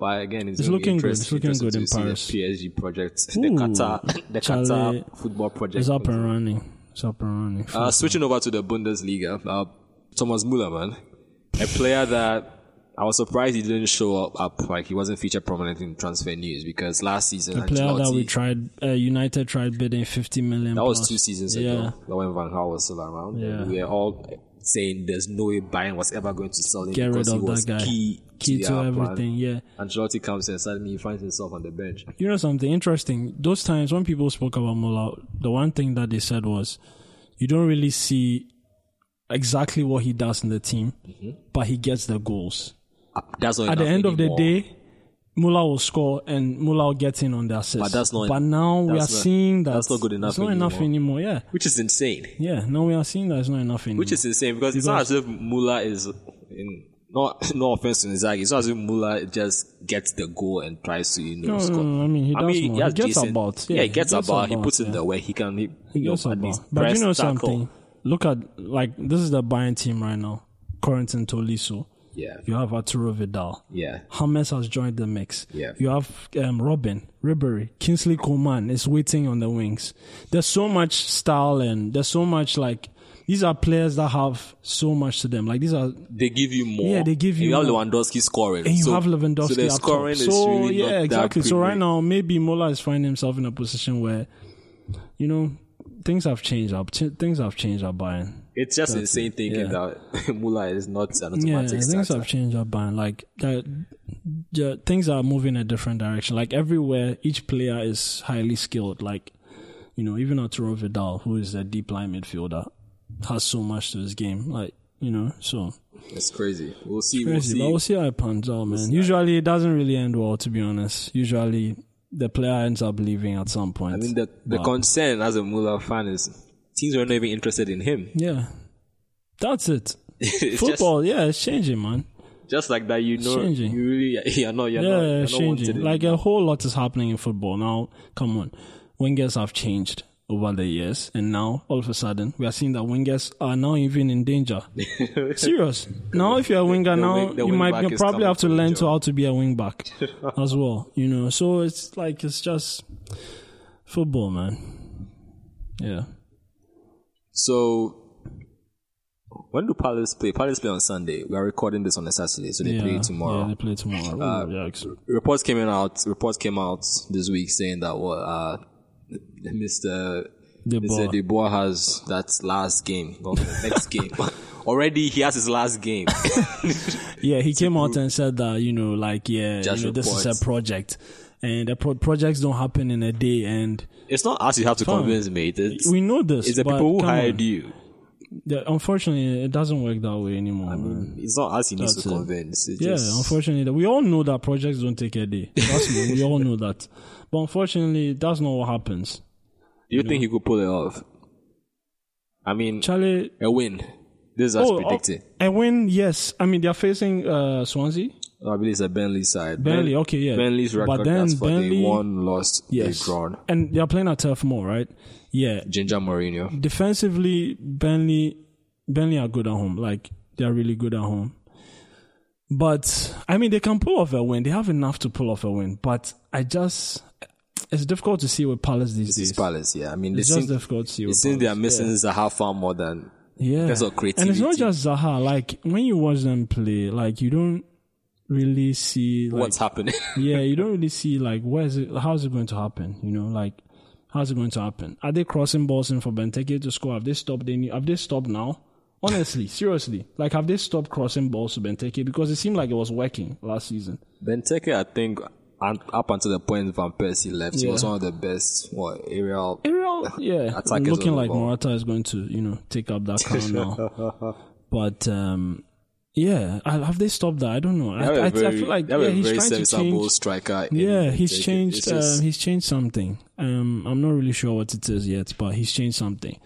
[SPEAKER 1] But again, it's,
[SPEAKER 2] It's
[SPEAKER 1] gonna be
[SPEAKER 2] looking good.
[SPEAKER 1] interest-
[SPEAKER 2] It's looking
[SPEAKER 1] interesting
[SPEAKER 2] good
[SPEAKER 1] to
[SPEAKER 2] in
[SPEAKER 1] see
[SPEAKER 2] Paris.
[SPEAKER 1] The PSG project,
[SPEAKER 2] Ooh,
[SPEAKER 1] the Qatar, the
[SPEAKER 2] Charlie,
[SPEAKER 1] Qatar football project.
[SPEAKER 2] It's up and running. It's up and running.
[SPEAKER 1] Uh, switching over to the Bundesliga, uh, Thomas Müller, man, a player that I was surprised he didn't show up, up, like he wasn't featured prominently in transfer news because last season,
[SPEAKER 2] Player that we
[SPEAKER 1] Ancelotti-
[SPEAKER 2] tried, uh, United tried bidding fifty million.
[SPEAKER 1] That was
[SPEAKER 2] plus.
[SPEAKER 1] two seasons
[SPEAKER 2] Yeah.
[SPEAKER 1] ago. That when Van Gaal was still around.
[SPEAKER 2] Yeah.
[SPEAKER 1] We were all saying there's no way Bayern was ever going to sell him
[SPEAKER 2] Get rid
[SPEAKER 1] because
[SPEAKER 2] of
[SPEAKER 1] he was
[SPEAKER 2] that guy.
[SPEAKER 1] key,
[SPEAKER 2] Key to
[SPEAKER 1] their
[SPEAKER 2] everything. Yeah.
[SPEAKER 1] Plan. Ancelotti comes and suddenly he finds himself on the bench.
[SPEAKER 2] You know something interesting? Those times when people spoke about Muller, the one thing that they said was, you don't really see exactly what he does in the team,
[SPEAKER 1] Mm-hmm.
[SPEAKER 2] but he gets the goals.
[SPEAKER 1] Uh, That's not
[SPEAKER 2] At the
[SPEAKER 1] enough
[SPEAKER 2] end of the
[SPEAKER 1] anymore.
[SPEAKER 2] day, Muller will score and Muller will get in on the assist.
[SPEAKER 1] But that's not-
[SPEAKER 2] But now we are
[SPEAKER 1] that's not-
[SPEAKER 2] seeing that
[SPEAKER 1] that's not good enough
[SPEAKER 2] It's not enough anymore. Yeah,
[SPEAKER 1] which is insane.
[SPEAKER 2] yeah. Now we are seeing that it's not enough anymore.
[SPEAKER 1] Which is insane because it's not as if Muller is in. Not, no offense to Inzaghi. It's not as if Muller just gets the goal and tries to, you know,
[SPEAKER 2] No,
[SPEAKER 1] score.
[SPEAKER 2] no, no, I mean, he
[SPEAKER 1] I
[SPEAKER 2] does
[SPEAKER 1] mean,
[SPEAKER 2] more.
[SPEAKER 1] has
[SPEAKER 2] He gets
[SPEAKER 1] decent-
[SPEAKER 2] about-
[SPEAKER 1] Yeah,
[SPEAKER 2] yeah,
[SPEAKER 1] he gets
[SPEAKER 2] he gets
[SPEAKER 1] about. He
[SPEAKER 2] about,
[SPEAKER 1] puts in
[SPEAKER 2] yeah.
[SPEAKER 1] the work. He can. He,
[SPEAKER 2] He
[SPEAKER 1] you
[SPEAKER 2] goes
[SPEAKER 1] know, at
[SPEAKER 2] above.
[SPEAKER 1] least
[SPEAKER 2] But
[SPEAKER 1] press,
[SPEAKER 2] you know
[SPEAKER 1] tackle.
[SPEAKER 2] something? Look at like this is the Bayern team right now. Corentin Tolisso.
[SPEAKER 1] Yeah,
[SPEAKER 2] You have Arturo Vidal.
[SPEAKER 1] yeah.
[SPEAKER 2] Hamas has joined the mix.
[SPEAKER 1] Yeah.
[SPEAKER 2] You have um, Robin, Ribery, Kingsley Coman is waiting on the wings. There's so much style and there's so much like these are players that have so much to them. Like these are
[SPEAKER 1] they give you more.
[SPEAKER 2] Yeah, they give
[SPEAKER 1] And
[SPEAKER 2] you
[SPEAKER 1] have
[SPEAKER 2] more.
[SPEAKER 1] Lewandowski scoring.
[SPEAKER 2] and you
[SPEAKER 1] so,
[SPEAKER 2] have Lewandowski
[SPEAKER 1] So the
[SPEAKER 2] up top.
[SPEAKER 1] scoring is
[SPEAKER 2] So,
[SPEAKER 1] really
[SPEAKER 2] yeah,
[SPEAKER 1] not that
[SPEAKER 2] exactly. So right
[SPEAKER 1] privileged.
[SPEAKER 2] now maybe Mola is finding himself in a position where you know things have changed up. Ch- things have changed up Bayern.
[SPEAKER 1] it's just insane thinking
[SPEAKER 2] yeah.
[SPEAKER 1] that [LAUGHS] Mula is not an automatic
[SPEAKER 2] Yeah, things
[SPEAKER 1] starter.
[SPEAKER 2] have changed up Bayern. Like uh, yeah, things are moving in a different direction. Like everywhere, each player is highly skilled. Like you know, even Arturo Vidal, who is a deep line midfielder, has so much to his game. Like you know, so
[SPEAKER 1] It's crazy. We'll see.
[SPEAKER 2] crazy. But
[SPEAKER 1] We'll
[SPEAKER 2] we'll
[SPEAKER 1] see.
[SPEAKER 2] see how it pans out, man. Usually, it doesn't really end well, to be honest. Usually, the player ends up leaving at some point.
[SPEAKER 1] I mean, the, the concern as a Mula fan is teams were not even interested in him. [LAUGHS]
[SPEAKER 2] yeah, that's it.
[SPEAKER 1] it's
[SPEAKER 2] Football, yeah, it's changing, man.
[SPEAKER 1] just Just like that, you know,
[SPEAKER 2] changing.
[SPEAKER 1] you really [LAUGHS] you're not you're not,
[SPEAKER 2] Yeah,
[SPEAKER 1] you're
[SPEAKER 2] it's
[SPEAKER 1] not wanted.
[SPEAKER 2] changing. Like a whole lot is happening in football now. Come on, wingers have changed over the years, and now all of a sudden we are seeing that wingers are now even in
[SPEAKER 1] [LAUGHS]
[SPEAKER 2] danger. Serious. Now, if you're a winger,
[SPEAKER 1] the
[SPEAKER 2] now
[SPEAKER 1] wing- the
[SPEAKER 2] you
[SPEAKER 1] wing
[SPEAKER 2] might
[SPEAKER 1] back
[SPEAKER 2] you
[SPEAKER 1] is
[SPEAKER 2] probably
[SPEAKER 1] coming
[SPEAKER 2] have to
[SPEAKER 1] to
[SPEAKER 2] learn
[SPEAKER 1] injure.
[SPEAKER 2] to how to be a wing
[SPEAKER 1] [LAUGHS]
[SPEAKER 2] back as well. You know, so it's like it's just football, man. Yeah.
[SPEAKER 1] So when do Palace play? Palace play on Sunday. We are recording this on a Saturday, so they
[SPEAKER 2] yeah.
[SPEAKER 1] play
[SPEAKER 2] Yeah,
[SPEAKER 1] tomorrow. Uh,
[SPEAKER 2] they play tomorrow. Ooh, yikes.
[SPEAKER 1] Reports came in out. Reports came out this week saying that well, uh, Mr.
[SPEAKER 2] They
[SPEAKER 1] Mr.
[SPEAKER 2] ball.
[SPEAKER 1] Dubois has that last game, or the next
[SPEAKER 2] [LAUGHS]
[SPEAKER 1] game. Already, he has his last game.
[SPEAKER 2] Yeah, he came out and said that you know, like yeah,
[SPEAKER 1] Just
[SPEAKER 2] you know, this is
[SPEAKER 1] reports.
[SPEAKER 2] a project, and the pro- projects don't happen in a day. And
[SPEAKER 1] it's not us you have to convince me. It's,
[SPEAKER 2] we know this.
[SPEAKER 1] it's the
[SPEAKER 2] but
[SPEAKER 1] people who
[SPEAKER 2] come on.
[SPEAKER 1] hired you.
[SPEAKER 2] Yeah, Unfortunately, it doesn't work that way anymore. man.
[SPEAKER 1] Mm, It's not us he needs to
[SPEAKER 2] it.
[SPEAKER 1] convince. It's
[SPEAKER 2] Yeah,
[SPEAKER 1] just-
[SPEAKER 2] unfortunately, we all know that projects don't take a day. Trust me, we all know that. But unfortunately, that's not what happens.
[SPEAKER 1] do you think he could pull it off? I mean,
[SPEAKER 2] Charlie,
[SPEAKER 1] a win. This is us
[SPEAKER 2] oh,
[SPEAKER 1] predicting.
[SPEAKER 2] oh, a win, yes. I mean, they're facing uh, Swansea.
[SPEAKER 1] I believe it's a Burnley side.
[SPEAKER 2] Burnley, okay, yeah.
[SPEAKER 1] Burnley's
[SPEAKER 2] But
[SPEAKER 1] record
[SPEAKER 2] then
[SPEAKER 1] that's for they
[SPEAKER 2] Burnley-
[SPEAKER 1] won, lost,
[SPEAKER 2] Yes.
[SPEAKER 1] they drawn.
[SPEAKER 2] And they're playing at Turf Moor, right? Yeah.
[SPEAKER 1] Ginger Mourinho.
[SPEAKER 2] defensively, Burnley, Burnley are good at home. Like they're really good at home. But I mean, they can pull off a win. They have enough to pull off a win. But I just, it's difficult to see with Palace these
[SPEAKER 1] It's
[SPEAKER 2] days.
[SPEAKER 1] Palace, yeah. I mean, they
[SPEAKER 2] It's just
[SPEAKER 1] seem,
[SPEAKER 2] difficult to see.
[SPEAKER 1] it
[SPEAKER 2] With
[SPEAKER 1] seems
[SPEAKER 2] Palace.
[SPEAKER 1] they are missing Zaha far more than.
[SPEAKER 2] yeah.
[SPEAKER 1] terms of
[SPEAKER 2] And it's not
[SPEAKER 1] creativity.
[SPEAKER 2] just Zaha. Like when you watch them play, like you don't really see like,
[SPEAKER 1] What's happening? [LAUGHS]
[SPEAKER 2] yeah, you don't really see like where is it? How's it going to happen? You know, like how's it going to happen? Are they crossing balls in for Benteke to score? Have they stopped? They have they stopped now? Honestly, [LAUGHS] seriously, like have they stopped crossing balls to Benteke because it seemed like it was working last season?
[SPEAKER 1] Benteke, I think, un- up until the point Van Persie left, he was one of the best, what, aerial. [LAUGHS]
[SPEAKER 2] Ariel, yeah,
[SPEAKER 1] Attack is
[SPEAKER 2] looking
[SPEAKER 1] on the
[SPEAKER 2] like
[SPEAKER 1] ball.
[SPEAKER 2] Morata is going to you know take up that crown now,
[SPEAKER 1] [LAUGHS]
[SPEAKER 2] but um. Yeah, I- have they stopped that? I don't know. I,
[SPEAKER 1] They have a
[SPEAKER 2] I, I
[SPEAKER 1] very-
[SPEAKER 2] feel like
[SPEAKER 1] they have
[SPEAKER 2] yeah,
[SPEAKER 1] a
[SPEAKER 2] he's
[SPEAKER 1] very
[SPEAKER 2] trying to
[SPEAKER 1] sensible
[SPEAKER 2] change.
[SPEAKER 1] striker. in
[SPEAKER 2] Yeah, he's
[SPEAKER 1] Benteke.
[SPEAKER 2] changed.
[SPEAKER 1] It's just-
[SPEAKER 2] um, he's changed something. Um, I'm not really sure what it is yet, but he's changed something.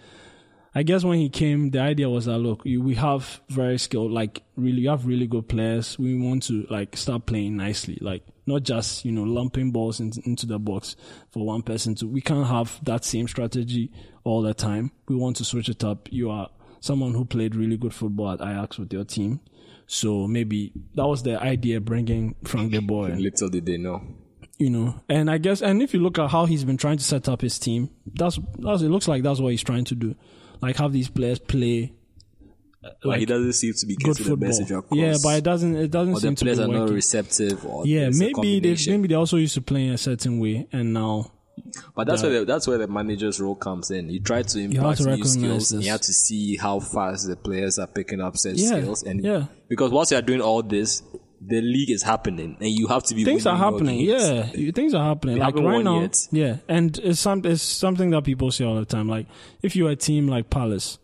[SPEAKER 2] I guess when he came, the idea was that look, you, we have very skilled, like really, you have really good players. We want to like start playing nicely, like not just you know lumping balls in, into the box for one person to. We can't have that same strategy all the time. We want to switch it up. You are someone who played really good football at Ajax with your team, so maybe that was the idea bringing Frank de Boer. in
[SPEAKER 1] little did they know.
[SPEAKER 2] you know and i guess and if you look at how he's been trying to set up his team that's that's it looks like that's what he's trying to do like have these players play
[SPEAKER 1] But he doesn't seem to be
[SPEAKER 2] good
[SPEAKER 1] getting the
[SPEAKER 2] football
[SPEAKER 1] message across.
[SPEAKER 2] yeah but it doesn't it doesn't
[SPEAKER 1] or the
[SPEAKER 2] seem to be
[SPEAKER 1] players are not
[SPEAKER 2] working
[SPEAKER 1] receptive. Or
[SPEAKER 2] yeah
[SPEAKER 1] there's a
[SPEAKER 2] maybe they
[SPEAKER 1] combination.
[SPEAKER 2] maybe they also used to play in a certain way and now
[SPEAKER 1] But that's where the, that's where the manager's role comes in. You try to
[SPEAKER 2] have
[SPEAKER 1] impact
[SPEAKER 2] to
[SPEAKER 1] new
[SPEAKER 2] recognize
[SPEAKER 1] skills.
[SPEAKER 2] this.
[SPEAKER 1] You have to see how fast the players are picking up such
[SPEAKER 2] Yeah,
[SPEAKER 1] skills, and
[SPEAKER 2] yeah.
[SPEAKER 1] because whilst you are doing all this, the league is happening, and you have to be.
[SPEAKER 2] things are
[SPEAKER 1] winning your
[SPEAKER 2] happening
[SPEAKER 1] games.
[SPEAKER 2] yeah you- things are happening like
[SPEAKER 1] haven't
[SPEAKER 2] right
[SPEAKER 1] won
[SPEAKER 2] now
[SPEAKER 1] yet.
[SPEAKER 2] yeah and it's some it's something that people say all the time like if you're a team like palace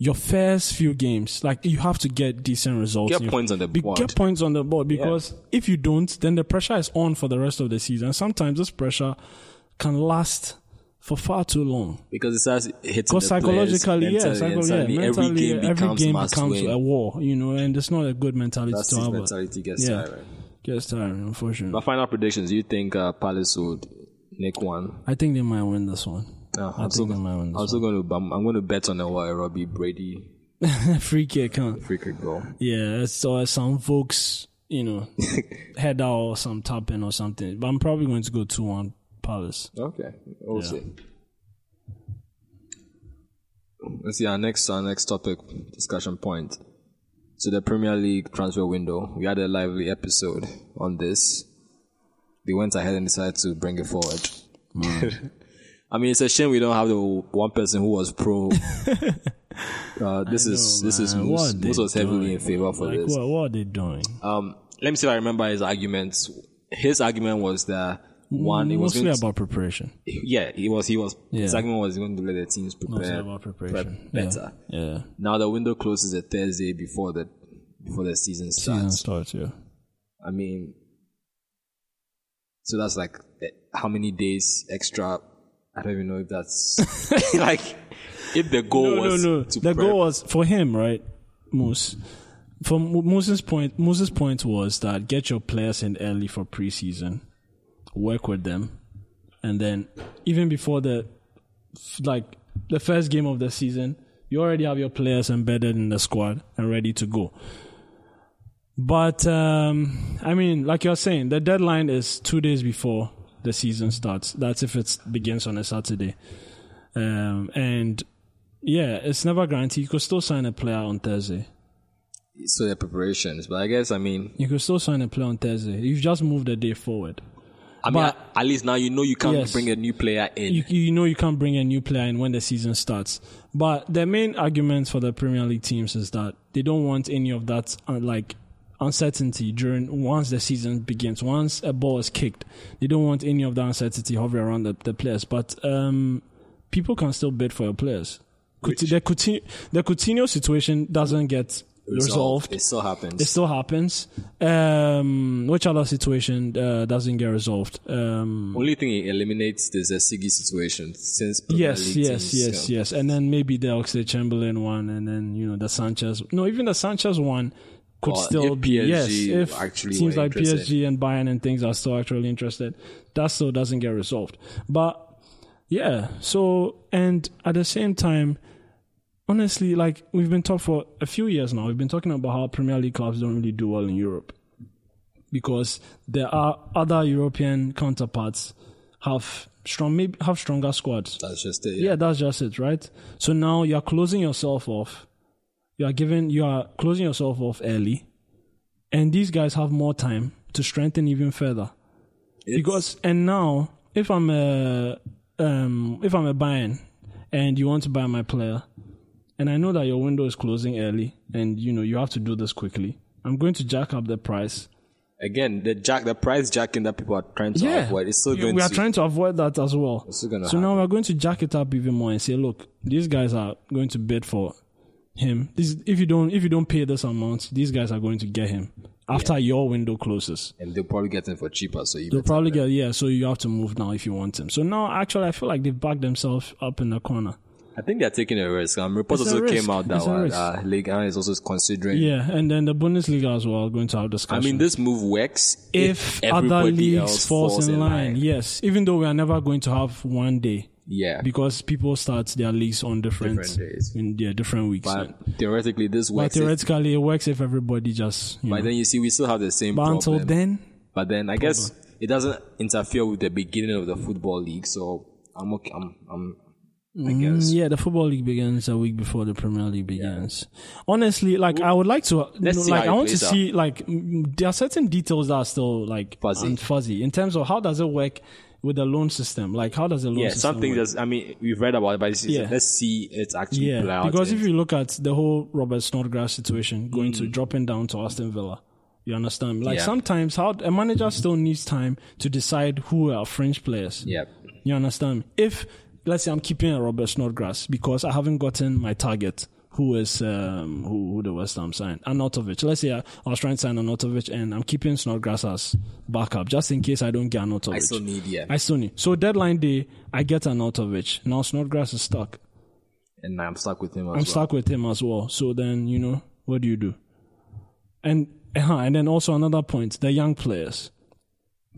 [SPEAKER 2] your first few games like you have to get decent results
[SPEAKER 1] Get
[SPEAKER 2] You-
[SPEAKER 1] points on the
[SPEAKER 2] be-
[SPEAKER 1] board.
[SPEAKER 2] get points on the board because if you don't then the pressure is on for the rest of the season sometimes this pressure can last for far too long
[SPEAKER 1] because it starts hitting the
[SPEAKER 2] because psychologically,
[SPEAKER 1] players,
[SPEAKER 2] yeah,
[SPEAKER 1] mentally, and
[SPEAKER 2] psychologically,
[SPEAKER 1] suddenly
[SPEAKER 2] yeah,
[SPEAKER 1] every
[SPEAKER 2] mentally,
[SPEAKER 1] game becomes, must win.
[SPEAKER 2] a war, you know, and it's not a good mentality
[SPEAKER 1] That's
[SPEAKER 2] to
[SPEAKER 1] his
[SPEAKER 2] have.
[SPEAKER 1] mentality gets
[SPEAKER 2] yeah.
[SPEAKER 1] tiring.
[SPEAKER 2] Gets tiring, unfortunately.
[SPEAKER 1] My final predictions: Do you think uh, Palace would nick one?
[SPEAKER 2] I think they might win this one.
[SPEAKER 1] No,
[SPEAKER 2] I
[SPEAKER 1] I'm
[SPEAKER 2] think
[SPEAKER 1] still,
[SPEAKER 2] they might win
[SPEAKER 1] I'm
[SPEAKER 2] this
[SPEAKER 1] still going to I'm, I'm going to bet on a, what, a Robbie Brady
[SPEAKER 2] one. [LAUGHS] Free kick, huh?
[SPEAKER 1] free kick goal.
[SPEAKER 2] Yeah, it's uh, some folks, you
[SPEAKER 1] [LAUGHS]
[SPEAKER 2] know, head out or some top end or something. But I'm probably going to go 2 1 Palace.
[SPEAKER 1] Okay, we'll see. Let's see our next our next topic discussion point. So the Premier League transfer window. We had a lively episode on this. They went ahead and decided to bring it forward.
[SPEAKER 2] Mm.
[SPEAKER 1] [LAUGHS] I mean, it's a shame we don't have the one person who was
[SPEAKER 2] [LAUGHS]
[SPEAKER 1] pro. uh, this is this is
[SPEAKER 2] man.
[SPEAKER 1] Moose.
[SPEAKER 2] What are they
[SPEAKER 1] Moose was heavily in favor for
[SPEAKER 2] Like,
[SPEAKER 1] this
[SPEAKER 2] what, what are they doing?
[SPEAKER 1] um, let me see if I remember his arguments. His argument was that one, it was
[SPEAKER 2] Mostly
[SPEAKER 1] going to,
[SPEAKER 2] about preparation.
[SPEAKER 1] yeah, he was he was his
[SPEAKER 2] Yeah.
[SPEAKER 1] argument was going to let the teams
[SPEAKER 2] Mostly
[SPEAKER 1] prepare
[SPEAKER 2] about preparation.
[SPEAKER 1] prep better.
[SPEAKER 2] Yeah. yeah.
[SPEAKER 1] Now the window closes a Thursday before the before the season starts.
[SPEAKER 2] Season starts, yeah.
[SPEAKER 1] I mean, so that's like eh, how many days extra? I don't even know if
[SPEAKER 2] [LAUGHS]
[SPEAKER 1] that's like if the goal
[SPEAKER 2] no,
[SPEAKER 1] was
[SPEAKER 2] no, no.
[SPEAKER 1] to
[SPEAKER 2] The
[SPEAKER 1] prep-
[SPEAKER 2] goal was for him, right? Moose from Mo- Moses' point, Moses' point was that get your players in early for preseason, work with them, and then even before the f- like the first game of the season, you already have your players embedded in the squad and ready to go. But um, I mean, like you're saying, the deadline is two days before the season starts. That's if it begins on a Saturday, um, and yeah, it's never guaranteed. You could still sign a player on Thursday.
[SPEAKER 1] So their preparations, but I guess I mean,
[SPEAKER 2] You could still sign a player on Thursday. You've just moved a day forward.
[SPEAKER 1] I mean,
[SPEAKER 2] But-
[SPEAKER 1] at least now you know you can't
[SPEAKER 2] Yes.
[SPEAKER 1] bring a new player in.
[SPEAKER 2] You, you know you can't bring a new player in when the season starts. But the main argument for the Premier League teams is that they don't want any of that uh, like uncertainty during once the season begins. Once a ball is kicked, they don't want any of that uncertainty hovering around the, the players. But um, people can still bid for your players. Couti- the, Coutinho, the Coutinho situation doesn't get resolved.
[SPEAKER 1] It still happens.
[SPEAKER 2] It still happens. Um, which other situation uh, doesn't get resolved? Um,
[SPEAKER 1] Only thing it eliminates is the Siggy situation since Premier
[SPEAKER 2] yes,
[SPEAKER 1] League
[SPEAKER 2] yes,
[SPEAKER 1] teams,
[SPEAKER 2] yes,
[SPEAKER 1] yeah.
[SPEAKER 2] yes. And then maybe the Oxley Chamberlain one, and then you know the Sanchez. No, even the Sanchez one could
[SPEAKER 1] Well,
[SPEAKER 2] still
[SPEAKER 1] if
[SPEAKER 2] be yes.
[SPEAKER 1] PSG
[SPEAKER 2] If
[SPEAKER 1] actually
[SPEAKER 2] teams
[SPEAKER 1] were
[SPEAKER 2] like
[SPEAKER 1] interested.
[SPEAKER 2] PSG and Bayern and things are still actually interested, that still doesn't get resolved. But yeah, so and at the same time. Honestly, like we've been talking for a few years now, we've been talking about how Premier League clubs don't really do well in Europe because there are other European counterparts have strong, maybe have stronger squads.
[SPEAKER 1] That's just it.
[SPEAKER 2] Yeah, that's just it, right? So now you're closing yourself off. You are giving you are closing yourself off early. And these guys have more time to strengthen even further.
[SPEAKER 1] It's-
[SPEAKER 2] Because and now if I'm a um if I'm a Bayern and you want to buy my player and I know that your window is closing early and you know you have to do this quickly. I'm going to jack up the price.
[SPEAKER 1] again, the jack, the price jacking that people are trying to avoid, it's still
[SPEAKER 2] we,
[SPEAKER 1] going
[SPEAKER 2] we are
[SPEAKER 1] to.
[SPEAKER 2] trying to avoid that as well.
[SPEAKER 1] still gonna
[SPEAKER 2] so now we're going to jack it up even more and say, look, these guys are going to bid for him. This, if you don't, if you don't pay this amount, these guys are going to get him after your window closes.
[SPEAKER 1] and they'll probably get him for cheaper. So you
[SPEAKER 2] They'll probably get yeah. So you have to move now if you want him. So now, actually, I feel like they've backed themselves up in the corner.
[SPEAKER 1] I think they're taking a risk. Um, reports
[SPEAKER 2] It's a
[SPEAKER 1] also
[SPEAKER 2] risk.
[SPEAKER 1] came out that
[SPEAKER 2] It's a
[SPEAKER 1] uh,
[SPEAKER 2] risk.
[SPEAKER 1] uh, League Aaron is also considering.
[SPEAKER 2] Yeah, and then the Bundesliga as well are going to have
[SPEAKER 1] I
[SPEAKER 2] discussion.
[SPEAKER 1] mean, this move works
[SPEAKER 2] if other
[SPEAKER 1] everybody
[SPEAKER 2] leagues
[SPEAKER 1] else
[SPEAKER 2] falls in line, yes. Even though we are never going to have one day
[SPEAKER 1] Yeah,
[SPEAKER 2] because people start their leagues on different,
[SPEAKER 1] Different days.
[SPEAKER 2] in their different weeks.
[SPEAKER 1] but theoretically, this
[SPEAKER 2] But
[SPEAKER 1] works. if-
[SPEAKER 2] theoretically, it works if everybody just. You
[SPEAKER 1] but
[SPEAKER 2] know.
[SPEAKER 1] then you see, we still have the same
[SPEAKER 2] But until
[SPEAKER 1] problem.
[SPEAKER 2] then,
[SPEAKER 1] but then I guess it doesn't interfere with the beginning of the football league. So I'm okay. I'm, I'm I
[SPEAKER 2] Mm.
[SPEAKER 1] guess.
[SPEAKER 2] yeah, the football league begins a week before the Premier League begins. Honestly, like I would like to, you know,
[SPEAKER 1] see how
[SPEAKER 2] like I
[SPEAKER 1] it
[SPEAKER 2] want to
[SPEAKER 1] plays out.
[SPEAKER 2] see, like mm, there are certain details that are still like
[SPEAKER 1] Fuzzy.
[SPEAKER 2] and fuzzy in terms of how does it work with the loan system. Like how does the loan
[SPEAKER 1] Yeah,
[SPEAKER 2] system
[SPEAKER 1] something
[SPEAKER 2] work?
[SPEAKER 1] that's. I mean, we've read about it, but it's,
[SPEAKER 2] Yeah.
[SPEAKER 1] let's see it actually play
[SPEAKER 2] yeah,
[SPEAKER 1] out.
[SPEAKER 2] because
[SPEAKER 1] and-
[SPEAKER 2] if you look at the whole Robert Snodgrass situation, going to dropping down to Aston Villa, you understand? Like
[SPEAKER 1] Mm. Yeah.
[SPEAKER 2] sometimes how a manager still needs time to decide who are fringe players.
[SPEAKER 1] yeah,
[SPEAKER 2] You understand me? If let's say I'm keeping a Robert Snodgrass because I haven't gotten my target, who is um, who, who the West Ham signed, Arnautovic. Let's say I, I was trying to sign Arnautovic and I'm keeping Snodgrass as backup just in case I don't get Arnautovic.
[SPEAKER 1] I still need yeah,
[SPEAKER 2] I still need. So deadline day, I get Arnautovic. Now Snodgrass is stuck.
[SPEAKER 1] and I'm stuck with him as
[SPEAKER 2] I'm
[SPEAKER 1] well.
[SPEAKER 2] stuck with him as well. So then you know what do you do? And uh, and then also another point: the young players.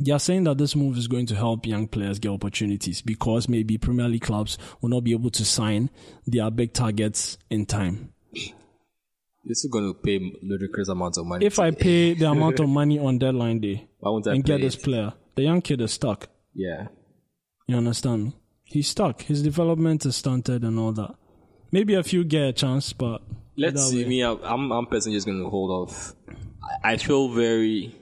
[SPEAKER 2] They are saying that this move is going to help young players get opportunities because maybe Premier League clubs will not be able to sign their big targets in time.
[SPEAKER 1] This is going to pay ludicrous amounts of money.
[SPEAKER 2] If I
[SPEAKER 1] [LAUGHS]
[SPEAKER 2] pay the amount of money on deadline day
[SPEAKER 1] why won't I
[SPEAKER 2] and get
[SPEAKER 1] play
[SPEAKER 2] this
[SPEAKER 1] it?
[SPEAKER 2] player, the young kid is stuck.
[SPEAKER 1] Yeah,
[SPEAKER 2] You understand me? He's stuck. His development is stunted and all that. Maybe a few get a chance, but
[SPEAKER 1] let's
[SPEAKER 2] either
[SPEAKER 1] see.
[SPEAKER 2] way.
[SPEAKER 1] Me, I- I'm I'm personally just going to hold off. I, I feel very.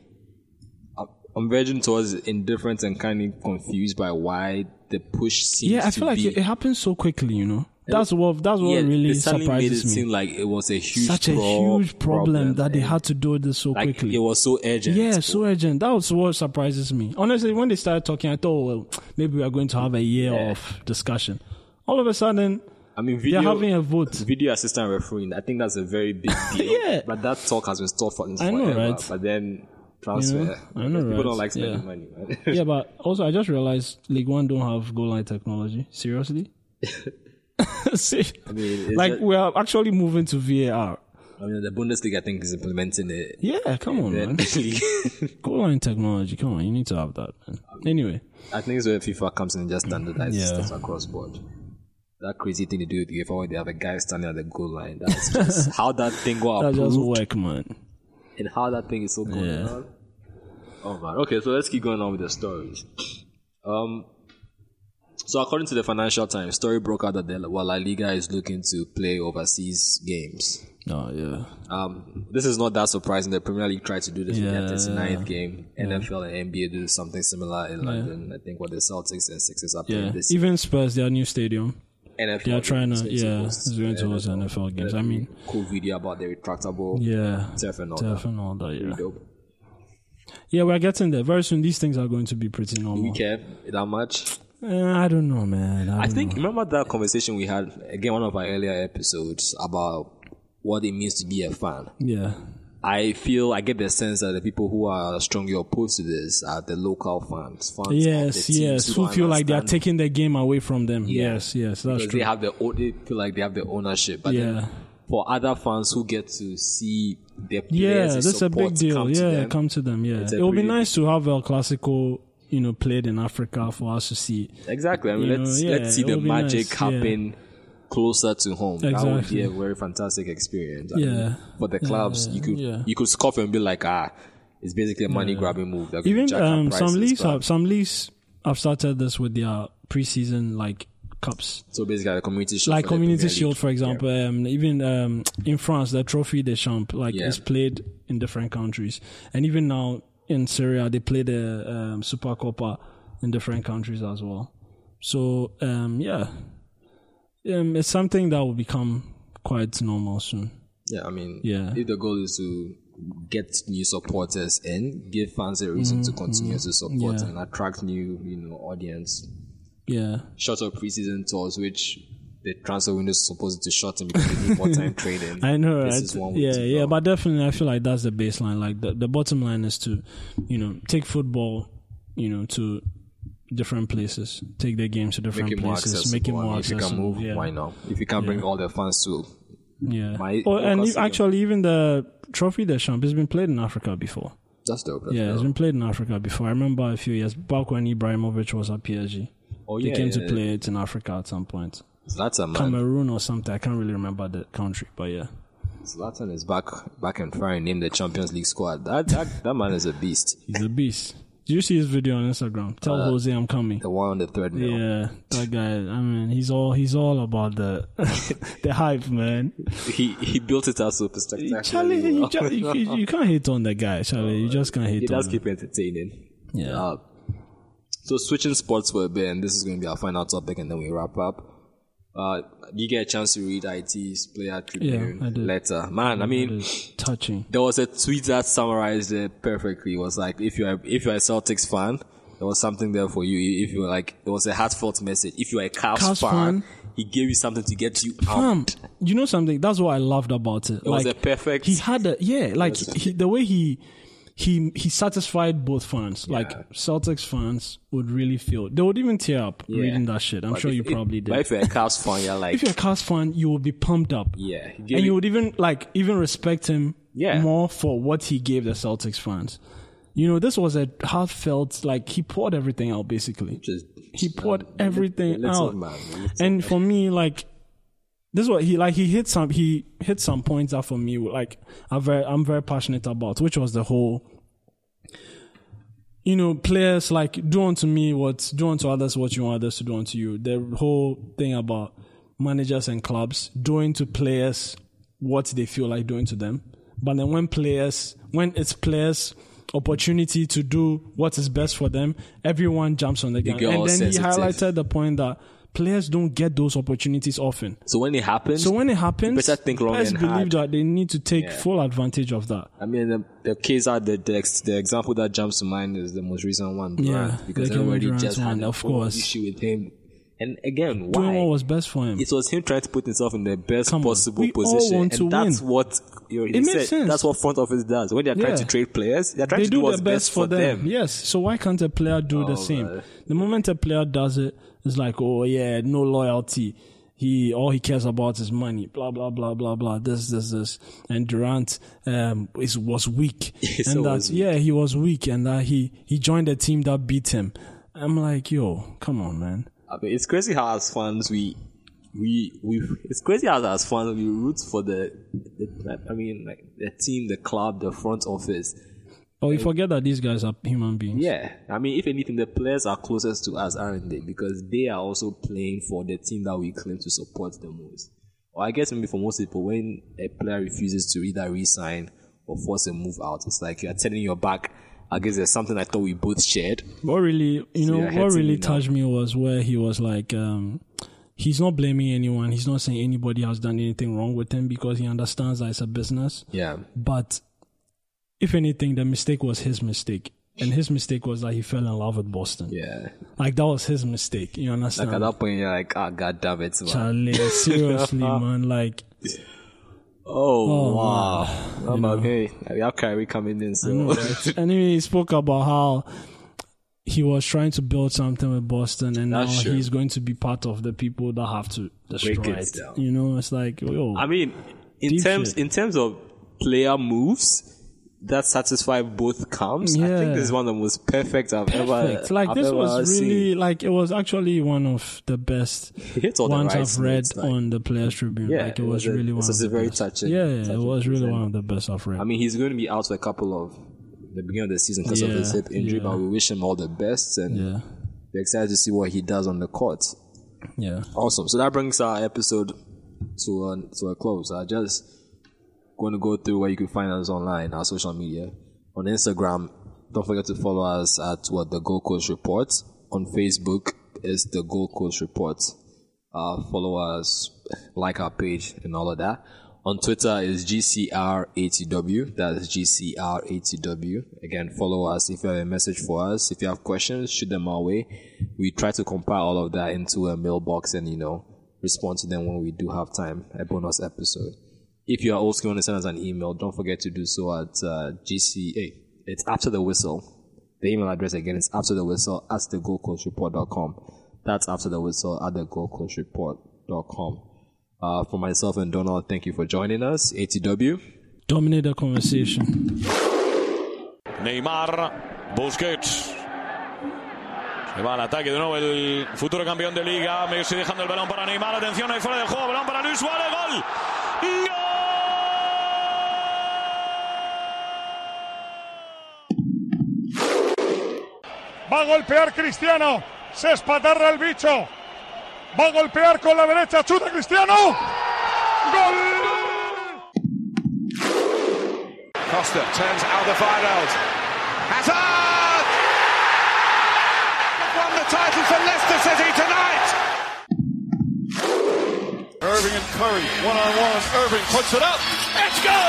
[SPEAKER 1] I'm- I'm verging towards indifferent and kind of confused by why the push seems.
[SPEAKER 2] Yeah, I
[SPEAKER 1] to
[SPEAKER 2] feel like
[SPEAKER 1] be,
[SPEAKER 2] it, it happens so quickly, you know. That's what that's what
[SPEAKER 1] yeah,
[SPEAKER 2] really
[SPEAKER 1] they suddenly made it
[SPEAKER 2] surprises me.
[SPEAKER 1] seem like it was a huge
[SPEAKER 2] Such a
[SPEAKER 1] pro-
[SPEAKER 2] huge problem, that they
[SPEAKER 1] and,
[SPEAKER 2] had to do this so
[SPEAKER 1] like,
[SPEAKER 2] quickly.
[SPEAKER 1] It was so urgent.
[SPEAKER 2] yeah, so urgent. That was what surprises me. Honestly, when they started talking, I thought, well, maybe we are going to have a year of discussion. All of a sudden,
[SPEAKER 1] I mean,
[SPEAKER 2] they're
[SPEAKER 1] video
[SPEAKER 2] having
[SPEAKER 1] [LAUGHS]
[SPEAKER 2] a vote.
[SPEAKER 1] video assistant refereeing. I think that's a very
[SPEAKER 2] [LAUGHS]
[SPEAKER 1] big deal.
[SPEAKER 2] Yeah.
[SPEAKER 1] But that talk has been stalled for
[SPEAKER 2] I
[SPEAKER 1] forever.
[SPEAKER 2] know, right?
[SPEAKER 1] But then transfer.
[SPEAKER 2] You know? I know,
[SPEAKER 1] People
[SPEAKER 2] right?
[SPEAKER 1] don't like spending
[SPEAKER 2] Yeah.
[SPEAKER 1] money, man. [LAUGHS]
[SPEAKER 2] yeah, but also I just realized League One don't have goal line technology.
[SPEAKER 1] [LAUGHS]
[SPEAKER 2] Seriously, [LAUGHS] See,
[SPEAKER 1] mean, it's
[SPEAKER 2] like
[SPEAKER 1] just-
[SPEAKER 2] we are actually moving to VAR.
[SPEAKER 1] I mean, the Bundesliga, I think, is implementing [LAUGHS] it.
[SPEAKER 2] Yeah, come on, man. Goal line technology. Come on, you need to have that. Man. Anyway,
[SPEAKER 1] I think it's where FIFA comes in and just standardizes
[SPEAKER 2] Yeah.
[SPEAKER 1] stuff across board. That crazy thing to do with UEFA when they have a guy standing at the goal line. That's
[SPEAKER 2] [LAUGHS]
[SPEAKER 1] just how that thing got
[SPEAKER 2] that
[SPEAKER 1] approved
[SPEAKER 2] just work, man.
[SPEAKER 1] and how that thing is so going
[SPEAKER 2] Yeah.
[SPEAKER 1] on. Oh man. Okay, so let's keep going on with the stories. Um so according to the Financial Times, story broke out that the well, La Liga is looking to play overseas games.
[SPEAKER 2] Oh yeah,
[SPEAKER 1] Um, this is not that surprising. The Premier League tried to do this
[SPEAKER 2] Yeah.
[SPEAKER 1] with their 39th game. NFL and NBA do something similar in London. I think what the Celtics and Sixers are playing
[SPEAKER 2] yeah.
[SPEAKER 1] this
[SPEAKER 2] Even Spurs, their new stadium.
[SPEAKER 1] NFL.
[SPEAKER 2] They are trying to
[SPEAKER 1] games, it's
[SPEAKER 2] yeah,
[SPEAKER 1] supposed-
[SPEAKER 2] it's going towards NFL games. I mean,
[SPEAKER 1] cool video about the retractable
[SPEAKER 2] yeah,
[SPEAKER 1] turf and all
[SPEAKER 2] turf
[SPEAKER 1] that.
[SPEAKER 2] and all that. Yeah,
[SPEAKER 1] Dope.
[SPEAKER 2] yeah, we're getting there very soon. These things are going to be pretty
[SPEAKER 1] We
[SPEAKER 2] normal.
[SPEAKER 1] care that much.
[SPEAKER 2] Eh, I don't know, man. I,
[SPEAKER 1] I
[SPEAKER 2] don't
[SPEAKER 1] think remember that conversation we had again one of our earlier episodes about what it means to be a fan.
[SPEAKER 2] know. yeah,
[SPEAKER 1] I feel I get the sense that the people who are strongly opposed to this are the local fans. fans of the
[SPEAKER 2] yes,
[SPEAKER 1] teams
[SPEAKER 2] yes. Who
[SPEAKER 1] don't
[SPEAKER 2] feel like they are
[SPEAKER 1] understand
[SPEAKER 2] taking the game away from them? Yes, yes, that's
[SPEAKER 1] because
[SPEAKER 2] true.
[SPEAKER 1] they have the o- they feel like they have the ownership. But then
[SPEAKER 2] Yeah.
[SPEAKER 1] for other fans who get to see their
[SPEAKER 2] Yeah,
[SPEAKER 1] players, and
[SPEAKER 2] that's a big
[SPEAKER 1] support
[SPEAKER 2] deal.
[SPEAKER 1] come to
[SPEAKER 2] yeah,
[SPEAKER 1] them,
[SPEAKER 2] come to them. Yeah,
[SPEAKER 1] a
[SPEAKER 2] it would be
[SPEAKER 1] pretty
[SPEAKER 2] nice to have El Clasico, you know, played in Africa for us to see.
[SPEAKER 1] exactly. I mean,
[SPEAKER 2] you know,
[SPEAKER 1] let's
[SPEAKER 2] yeah,
[SPEAKER 1] let's see
[SPEAKER 2] it
[SPEAKER 1] the
[SPEAKER 2] would be
[SPEAKER 1] magic
[SPEAKER 2] nice, yeah.
[SPEAKER 1] happen closer to home. That would be
[SPEAKER 2] Exactly.
[SPEAKER 1] a very fantastic experience. I
[SPEAKER 2] Yeah.
[SPEAKER 1] mean, for the clubs, you could
[SPEAKER 2] yeah.
[SPEAKER 1] you could scoff and be like, ah, it's basically a money grabbing move. They're gonna
[SPEAKER 2] Even
[SPEAKER 1] jack up
[SPEAKER 2] um, some
[SPEAKER 1] prices,
[SPEAKER 2] leagues
[SPEAKER 1] but-
[SPEAKER 2] have some leagues have started this with their preseason like cups.
[SPEAKER 1] so basically the community shield
[SPEAKER 2] Like
[SPEAKER 1] for the
[SPEAKER 2] Community
[SPEAKER 1] Premier League.
[SPEAKER 2] Shield, for example, um, even um, in France, the Trophy des Champs like
[SPEAKER 1] Yeah.
[SPEAKER 2] is played in different countries, and even now in Syria they play the um, Super Copa in different countries as well. So um, yeah, um, it's something that will become quite normal soon.
[SPEAKER 1] Yeah, I mean,
[SPEAKER 2] Yeah.
[SPEAKER 1] if the goal is to get new supporters in, give fans a reason to continue to support
[SPEAKER 2] Mm-hmm, yeah.
[SPEAKER 1] and attract new, you know, audience.
[SPEAKER 2] Yeah,
[SPEAKER 1] Short of preseason tours, which the transfer window is supposed to shorten because they need more
[SPEAKER 2] [LAUGHS]
[SPEAKER 1] time trading.
[SPEAKER 2] I know,
[SPEAKER 1] This
[SPEAKER 2] right?
[SPEAKER 1] is one way
[SPEAKER 2] yeah,
[SPEAKER 1] to
[SPEAKER 2] yeah,
[SPEAKER 1] go.
[SPEAKER 2] but definitely, I feel like that's the baseline. Like the, the bottom line is to, you know, take football, you know, to different places, take their games to different
[SPEAKER 1] make it more
[SPEAKER 2] places,
[SPEAKER 1] accessible.
[SPEAKER 2] make it more
[SPEAKER 1] I mean,
[SPEAKER 2] accessible.
[SPEAKER 1] If you can move,
[SPEAKER 2] yeah,
[SPEAKER 1] why not? If you can bring all the fans to,
[SPEAKER 2] yeah.
[SPEAKER 1] My-
[SPEAKER 2] oh, and
[SPEAKER 1] Lucas
[SPEAKER 2] if- actually, even the trophy de champ has been played in Africa before.
[SPEAKER 1] that's dope. That's
[SPEAKER 2] Yeah,
[SPEAKER 1] dope.
[SPEAKER 2] it's been played in Africa before. I remember a few years back when Ibrahimovic was at PSG.
[SPEAKER 1] Oh,
[SPEAKER 2] They
[SPEAKER 1] yeah,
[SPEAKER 2] came
[SPEAKER 1] yeah,
[SPEAKER 2] to play it in Africa at some point.
[SPEAKER 1] Zlatan, man.
[SPEAKER 2] Cameroon or something. I can't really remember the country, but yeah.
[SPEAKER 1] Zlatan is back, back and firing. Named the Champions League squad. That that, that man is a beast.
[SPEAKER 2] He's a beast. Did you see his video on Instagram?
[SPEAKER 1] Uh,
[SPEAKER 2] Tell Jose I'm coming.
[SPEAKER 1] The one on the treadmill.
[SPEAKER 2] Yeah, that guy. I mean, he's all he's all about the [LAUGHS] the hype, man.
[SPEAKER 1] He he built it out super spectacularly.
[SPEAKER 2] Charlie, you,
[SPEAKER 1] well.
[SPEAKER 2] ju- you, you, you can't hit on the guy, Charlie. You just can't
[SPEAKER 1] It
[SPEAKER 2] hit on.
[SPEAKER 1] does
[SPEAKER 2] Him.
[SPEAKER 1] keep entertaining.
[SPEAKER 2] Yeah.
[SPEAKER 1] Uh, so switching sports for a bit, and this is going to be our final topic, and then we wrap up. Uh, did you get a chance to read IT's player tribune
[SPEAKER 2] Yeah, I did.
[SPEAKER 1] letter? Man, I mean,
[SPEAKER 2] It's touching.
[SPEAKER 1] there was a tweet that summarized it perfectly. It was like, if you're if you're a Celtics fan, there was something there for you. If you were like, it was a heartfelt message. If you were a Cavs,
[SPEAKER 2] Cavs
[SPEAKER 1] fan,
[SPEAKER 2] fan.
[SPEAKER 1] he gave you something to get you out.
[SPEAKER 2] Um, you know something? That's what I loved about it. It
[SPEAKER 1] was a perfect-
[SPEAKER 2] He had a yeah, like he, the way he he he satisfied both fans. Like Celtics fans would really feel they would even tear up reading that shit. I'm sure you probably did.
[SPEAKER 1] But if you're a Cavs fan, you're like,
[SPEAKER 2] [LAUGHS] if you're a Cavs fan, you will be pumped up.
[SPEAKER 1] yeah, he gave
[SPEAKER 2] and
[SPEAKER 1] you
[SPEAKER 2] you would even like even respect him
[SPEAKER 1] Yeah.
[SPEAKER 2] more for what he gave the Celtics fans. You know, this was a heartfelt like he poured everything out basically.
[SPEAKER 1] just um,
[SPEAKER 2] He poured everything
[SPEAKER 1] little
[SPEAKER 2] out.
[SPEAKER 1] man,
[SPEAKER 2] and for me, like this is what he like he hit some he hit some points that for me like I'm very I'm very passionate about, which was the whole you know, players like do unto me what do unto others what you want others to do unto you. The whole thing about managers and clubs doing to players what they feel like doing to them. But then when players when it's players opportunity to do what is best for them, everyone jumps on the game.
[SPEAKER 1] get all
[SPEAKER 2] And then he
[SPEAKER 1] sensitive.
[SPEAKER 2] highlighted the point that players don't get those opportunities often.
[SPEAKER 1] So when it happens,
[SPEAKER 2] So when it happens,
[SPEAKER 1] better think long
[SPEAKER 2] players
[SPEAKER 1] and
[SPEAKER 2] believe
[SPEAKER 1] hard.
[SPEAKER 2] that they need to take full advantage of that.
[SPEAKER 1] I mean, the, the case out the, the ex- the example that jumps to mind is the most recent one, Durant,
[SPEAKER 2] Yeah,
[SPEAKER 1] because
[SPEAKER 2] the Kevin
[SPEAKER 1] everybody
[SPEAKER 2] Durant
[SPEAKER 1] just had
[SPEAKER 2] one,
[SPEAKER 1] an
[SPEAKER 2] of course.
[SPEAKER 1] issue with him. And again,
[SPEAKER 2] Doing what
[SPEAKER 1] why?
[SPEAKER 2] was best for him.
[SPEAKER 1] It was him trying to put himself in the best
[SPEAKER 2] Come on,
[SPEAKER 1] possible
[SPEAKER 2] we all
[SPEAKER 1] position,
[SPEAKER 2] want
[SPEAKER 1] and
[SPEAKER 2] to
[SPEAKER 1] that's
[SPEAKER 2] win.
[SPEAKER 1] what you know, he
[SPEAKER 2] It makes
[SPEAKER 1] said,
[SPEAKER 2] sense.
[SPEAKER 1] That's what front office does when they are trying
[SPEAKER 2] Yeah.
[SPEAKER 1] to trade players. They are trying
[SPEAKER 2] they
[SPEAKER 1] to do,
[SPEAKER 2] do,
[SPEAKER 1] what's
[SPEAKER 2] the
[SPEAKER 1] best for them.
[SPEAKER 2] Yes. So why can't a player do the same?
[SPEAKER 1] man.
[SPEAKER 2] The moment a player does it, it's like, oh yeah, no oh, loyalty. he all he cares about is money, blah blah blah blah blah. This this this, and Durant um is
[SPEAKER 1] [LAUGHS]
[SPEAKER 2] was weak,
[SPEAKER 1] He's
[SPEAKER 2] and
[SPEAKER 1] always
[SPEAKER 2] that yeah he was weak, and that he he joined a team that beat him. I'm like yo, come on man.
[SPEAKER 1] I mean, it's crazy how as fans we we we it's crazy how as fans we root for the, the I mean like the team, the club, the front office.
[SPEAKER 2] But we forget that these guys are human beings.
[SPEAKER 1] Yeah, I mean, if anything, the players are closest to us, aren't they? Because they are also playing for the team that we claim to support the most. Or I guess maybe for most people, when a player refuses to either resign or force a move out, it's like you are turning your back against there's something I thought we both shared.
[SPEAKER 2] What really, you know,
[SPEAKER 1] you're
[SPEAKER 2] what
[SPEAKER 1] hurting
[SPEAKER 2] really
[SPEAKER 1] me now.
[SPEAKER 2] touched me was where he was like, um, he's not blaming anyone. He's not saying anybody has done anything wrong with him because he understands that it's a business.
[SPEAKER 1] Yeah,
[SPEAKER 2] But if anything, the mistake was his mistake. And his mistake was that he fell in love with Boston.
[SPEAKER 1] yeah.
[SPEAKER 2] Like that was his mistake. You understand?
[SPEAKER 1] Like at that point, you're like, ah, god damn it, man. [LAUGHS]
[SPEAKER 2] Charlie, seriously, man. Like
[SPEAKER 1] Oh, wow. I'm okay. We have Kyrie coming in, so Mm.
[SPEAKER 2] [LAUGHS] anyway, he spoke about how he was trying to build something with Boston, and
[SPEAKER 1] That's
[SPEAKER 2] now
[SPEAKER 1] true.
[SPEAKER 2] he's going to be part of the people that have to destroy
[SPEAKER 1] Break it
[SPEAKER 2] it.
[SPEAKER 1] down.
[SPEAKER 2] You know, it's like yo,
[SPEAKER 1] I mean, in
[SPEAKER 2] Deep
[SPEAKER 1] terms
[SPEAKER 2] shit.
[SPEAKER 1] in terms of player moves that satisfy both camps, I
[SPEAKER 2] Yeah.
[SPEAKER 1] think this is one of the most perfect I've ever
[SPEAKER 2] perfect. Like
[SPEAKER 1] I've
[SPEAKER 2] this
[SPEAKER 1] ever
[SPEAKER 2] was
[SPEAKER 1] seen.
[SPEAKER 2] really like it was actually one of the best
[SPEAKER 1] He hits all the
[SPEAKER 2] ones
[SPEAKER 1] right
[SPEAKER 2] I've read
[SPEAKER 1] notes, like-
[SPEAKER 2] on the Players Tribune.
[SPEAKER 1] Yeah,
[SPEAKER 2] like it was
[SPEAKER 1] a-
[SPEAKER 2] really
[SPEAKER 1] it
[SPEAKER 2] one.
[SPEAKER 1] was
[SPEAKER 2] of
[SPEAKER 1] a
[SPEAKER 2] the
[SPEAKER 1] very
[SPEAKER 2] best.
[SPEAKER 1] touching.
[SPEAKER 2] Yeah, yeah, it
[SPEAKER 1] touching
[SPEAKER 2] was really
[SPEAKER 1] present.
[SPEAKER 2] one of the best I've read.
[SPEAKER 1] I mean, he's going to be out for a couple of the beginning of the season because of
[SPEAKER 2] Yeah,
[SPEAKER 1] his hip injury,
[SPEAKER 2] yeah.
[SPEAKER 1] but we wish him all the best and
[SPEAKER 2] yeah,
[SPEAKER 1] we're excited to see what he does on the court.
[SPEAKER 2] yeah.
[SPEAKER 1] Awesome. So that brings our episode to a, to a close. I just going to go through where you can find us online, our social media. On Instagram, don't forget to follow us at what the Gold Coast Report. On Facebook is the Gold Coast Report. Uh, follow us, like our page, and all of that. On Twitter is GCR80W. That's GCR80W. Again, follow us if you have a message for us. If you have questions, shoot them our way. We try to compile all of that into a mailbox and, you know, respond to them when we do have time, a bonus episode. If you are also going to send us an email, don't forget to do so at uh, GCA. It's after the whistle. The email address again is after the whistle at the goldcoastreport.com. That's after the whistle at the goldcoastreport.com. Uh, for myself and Donald, thank you for joining us. ATW.
[SPEAKER 2] Dominate the conversation.
[SPEAKER 3] Neymar, Busquets. Se va al ataque de nuevo el futuro campeón de liga. Messi dejando el balón para Neymar. Atención ahí fuera del juego. Balón para Luis Suárez. Gol.
[SPEAKER 4] Va a golpear Cristiano. Se espatarra el bicho. Va a golpear con la derecha. Chuta Cristiano. ¡Gol!
[SPEAKER 5] Costa turns Alderweireld. Hazard! Won the title for Leicester City tonight! Irving and Curry, one on one. Irving puts it up. It's good!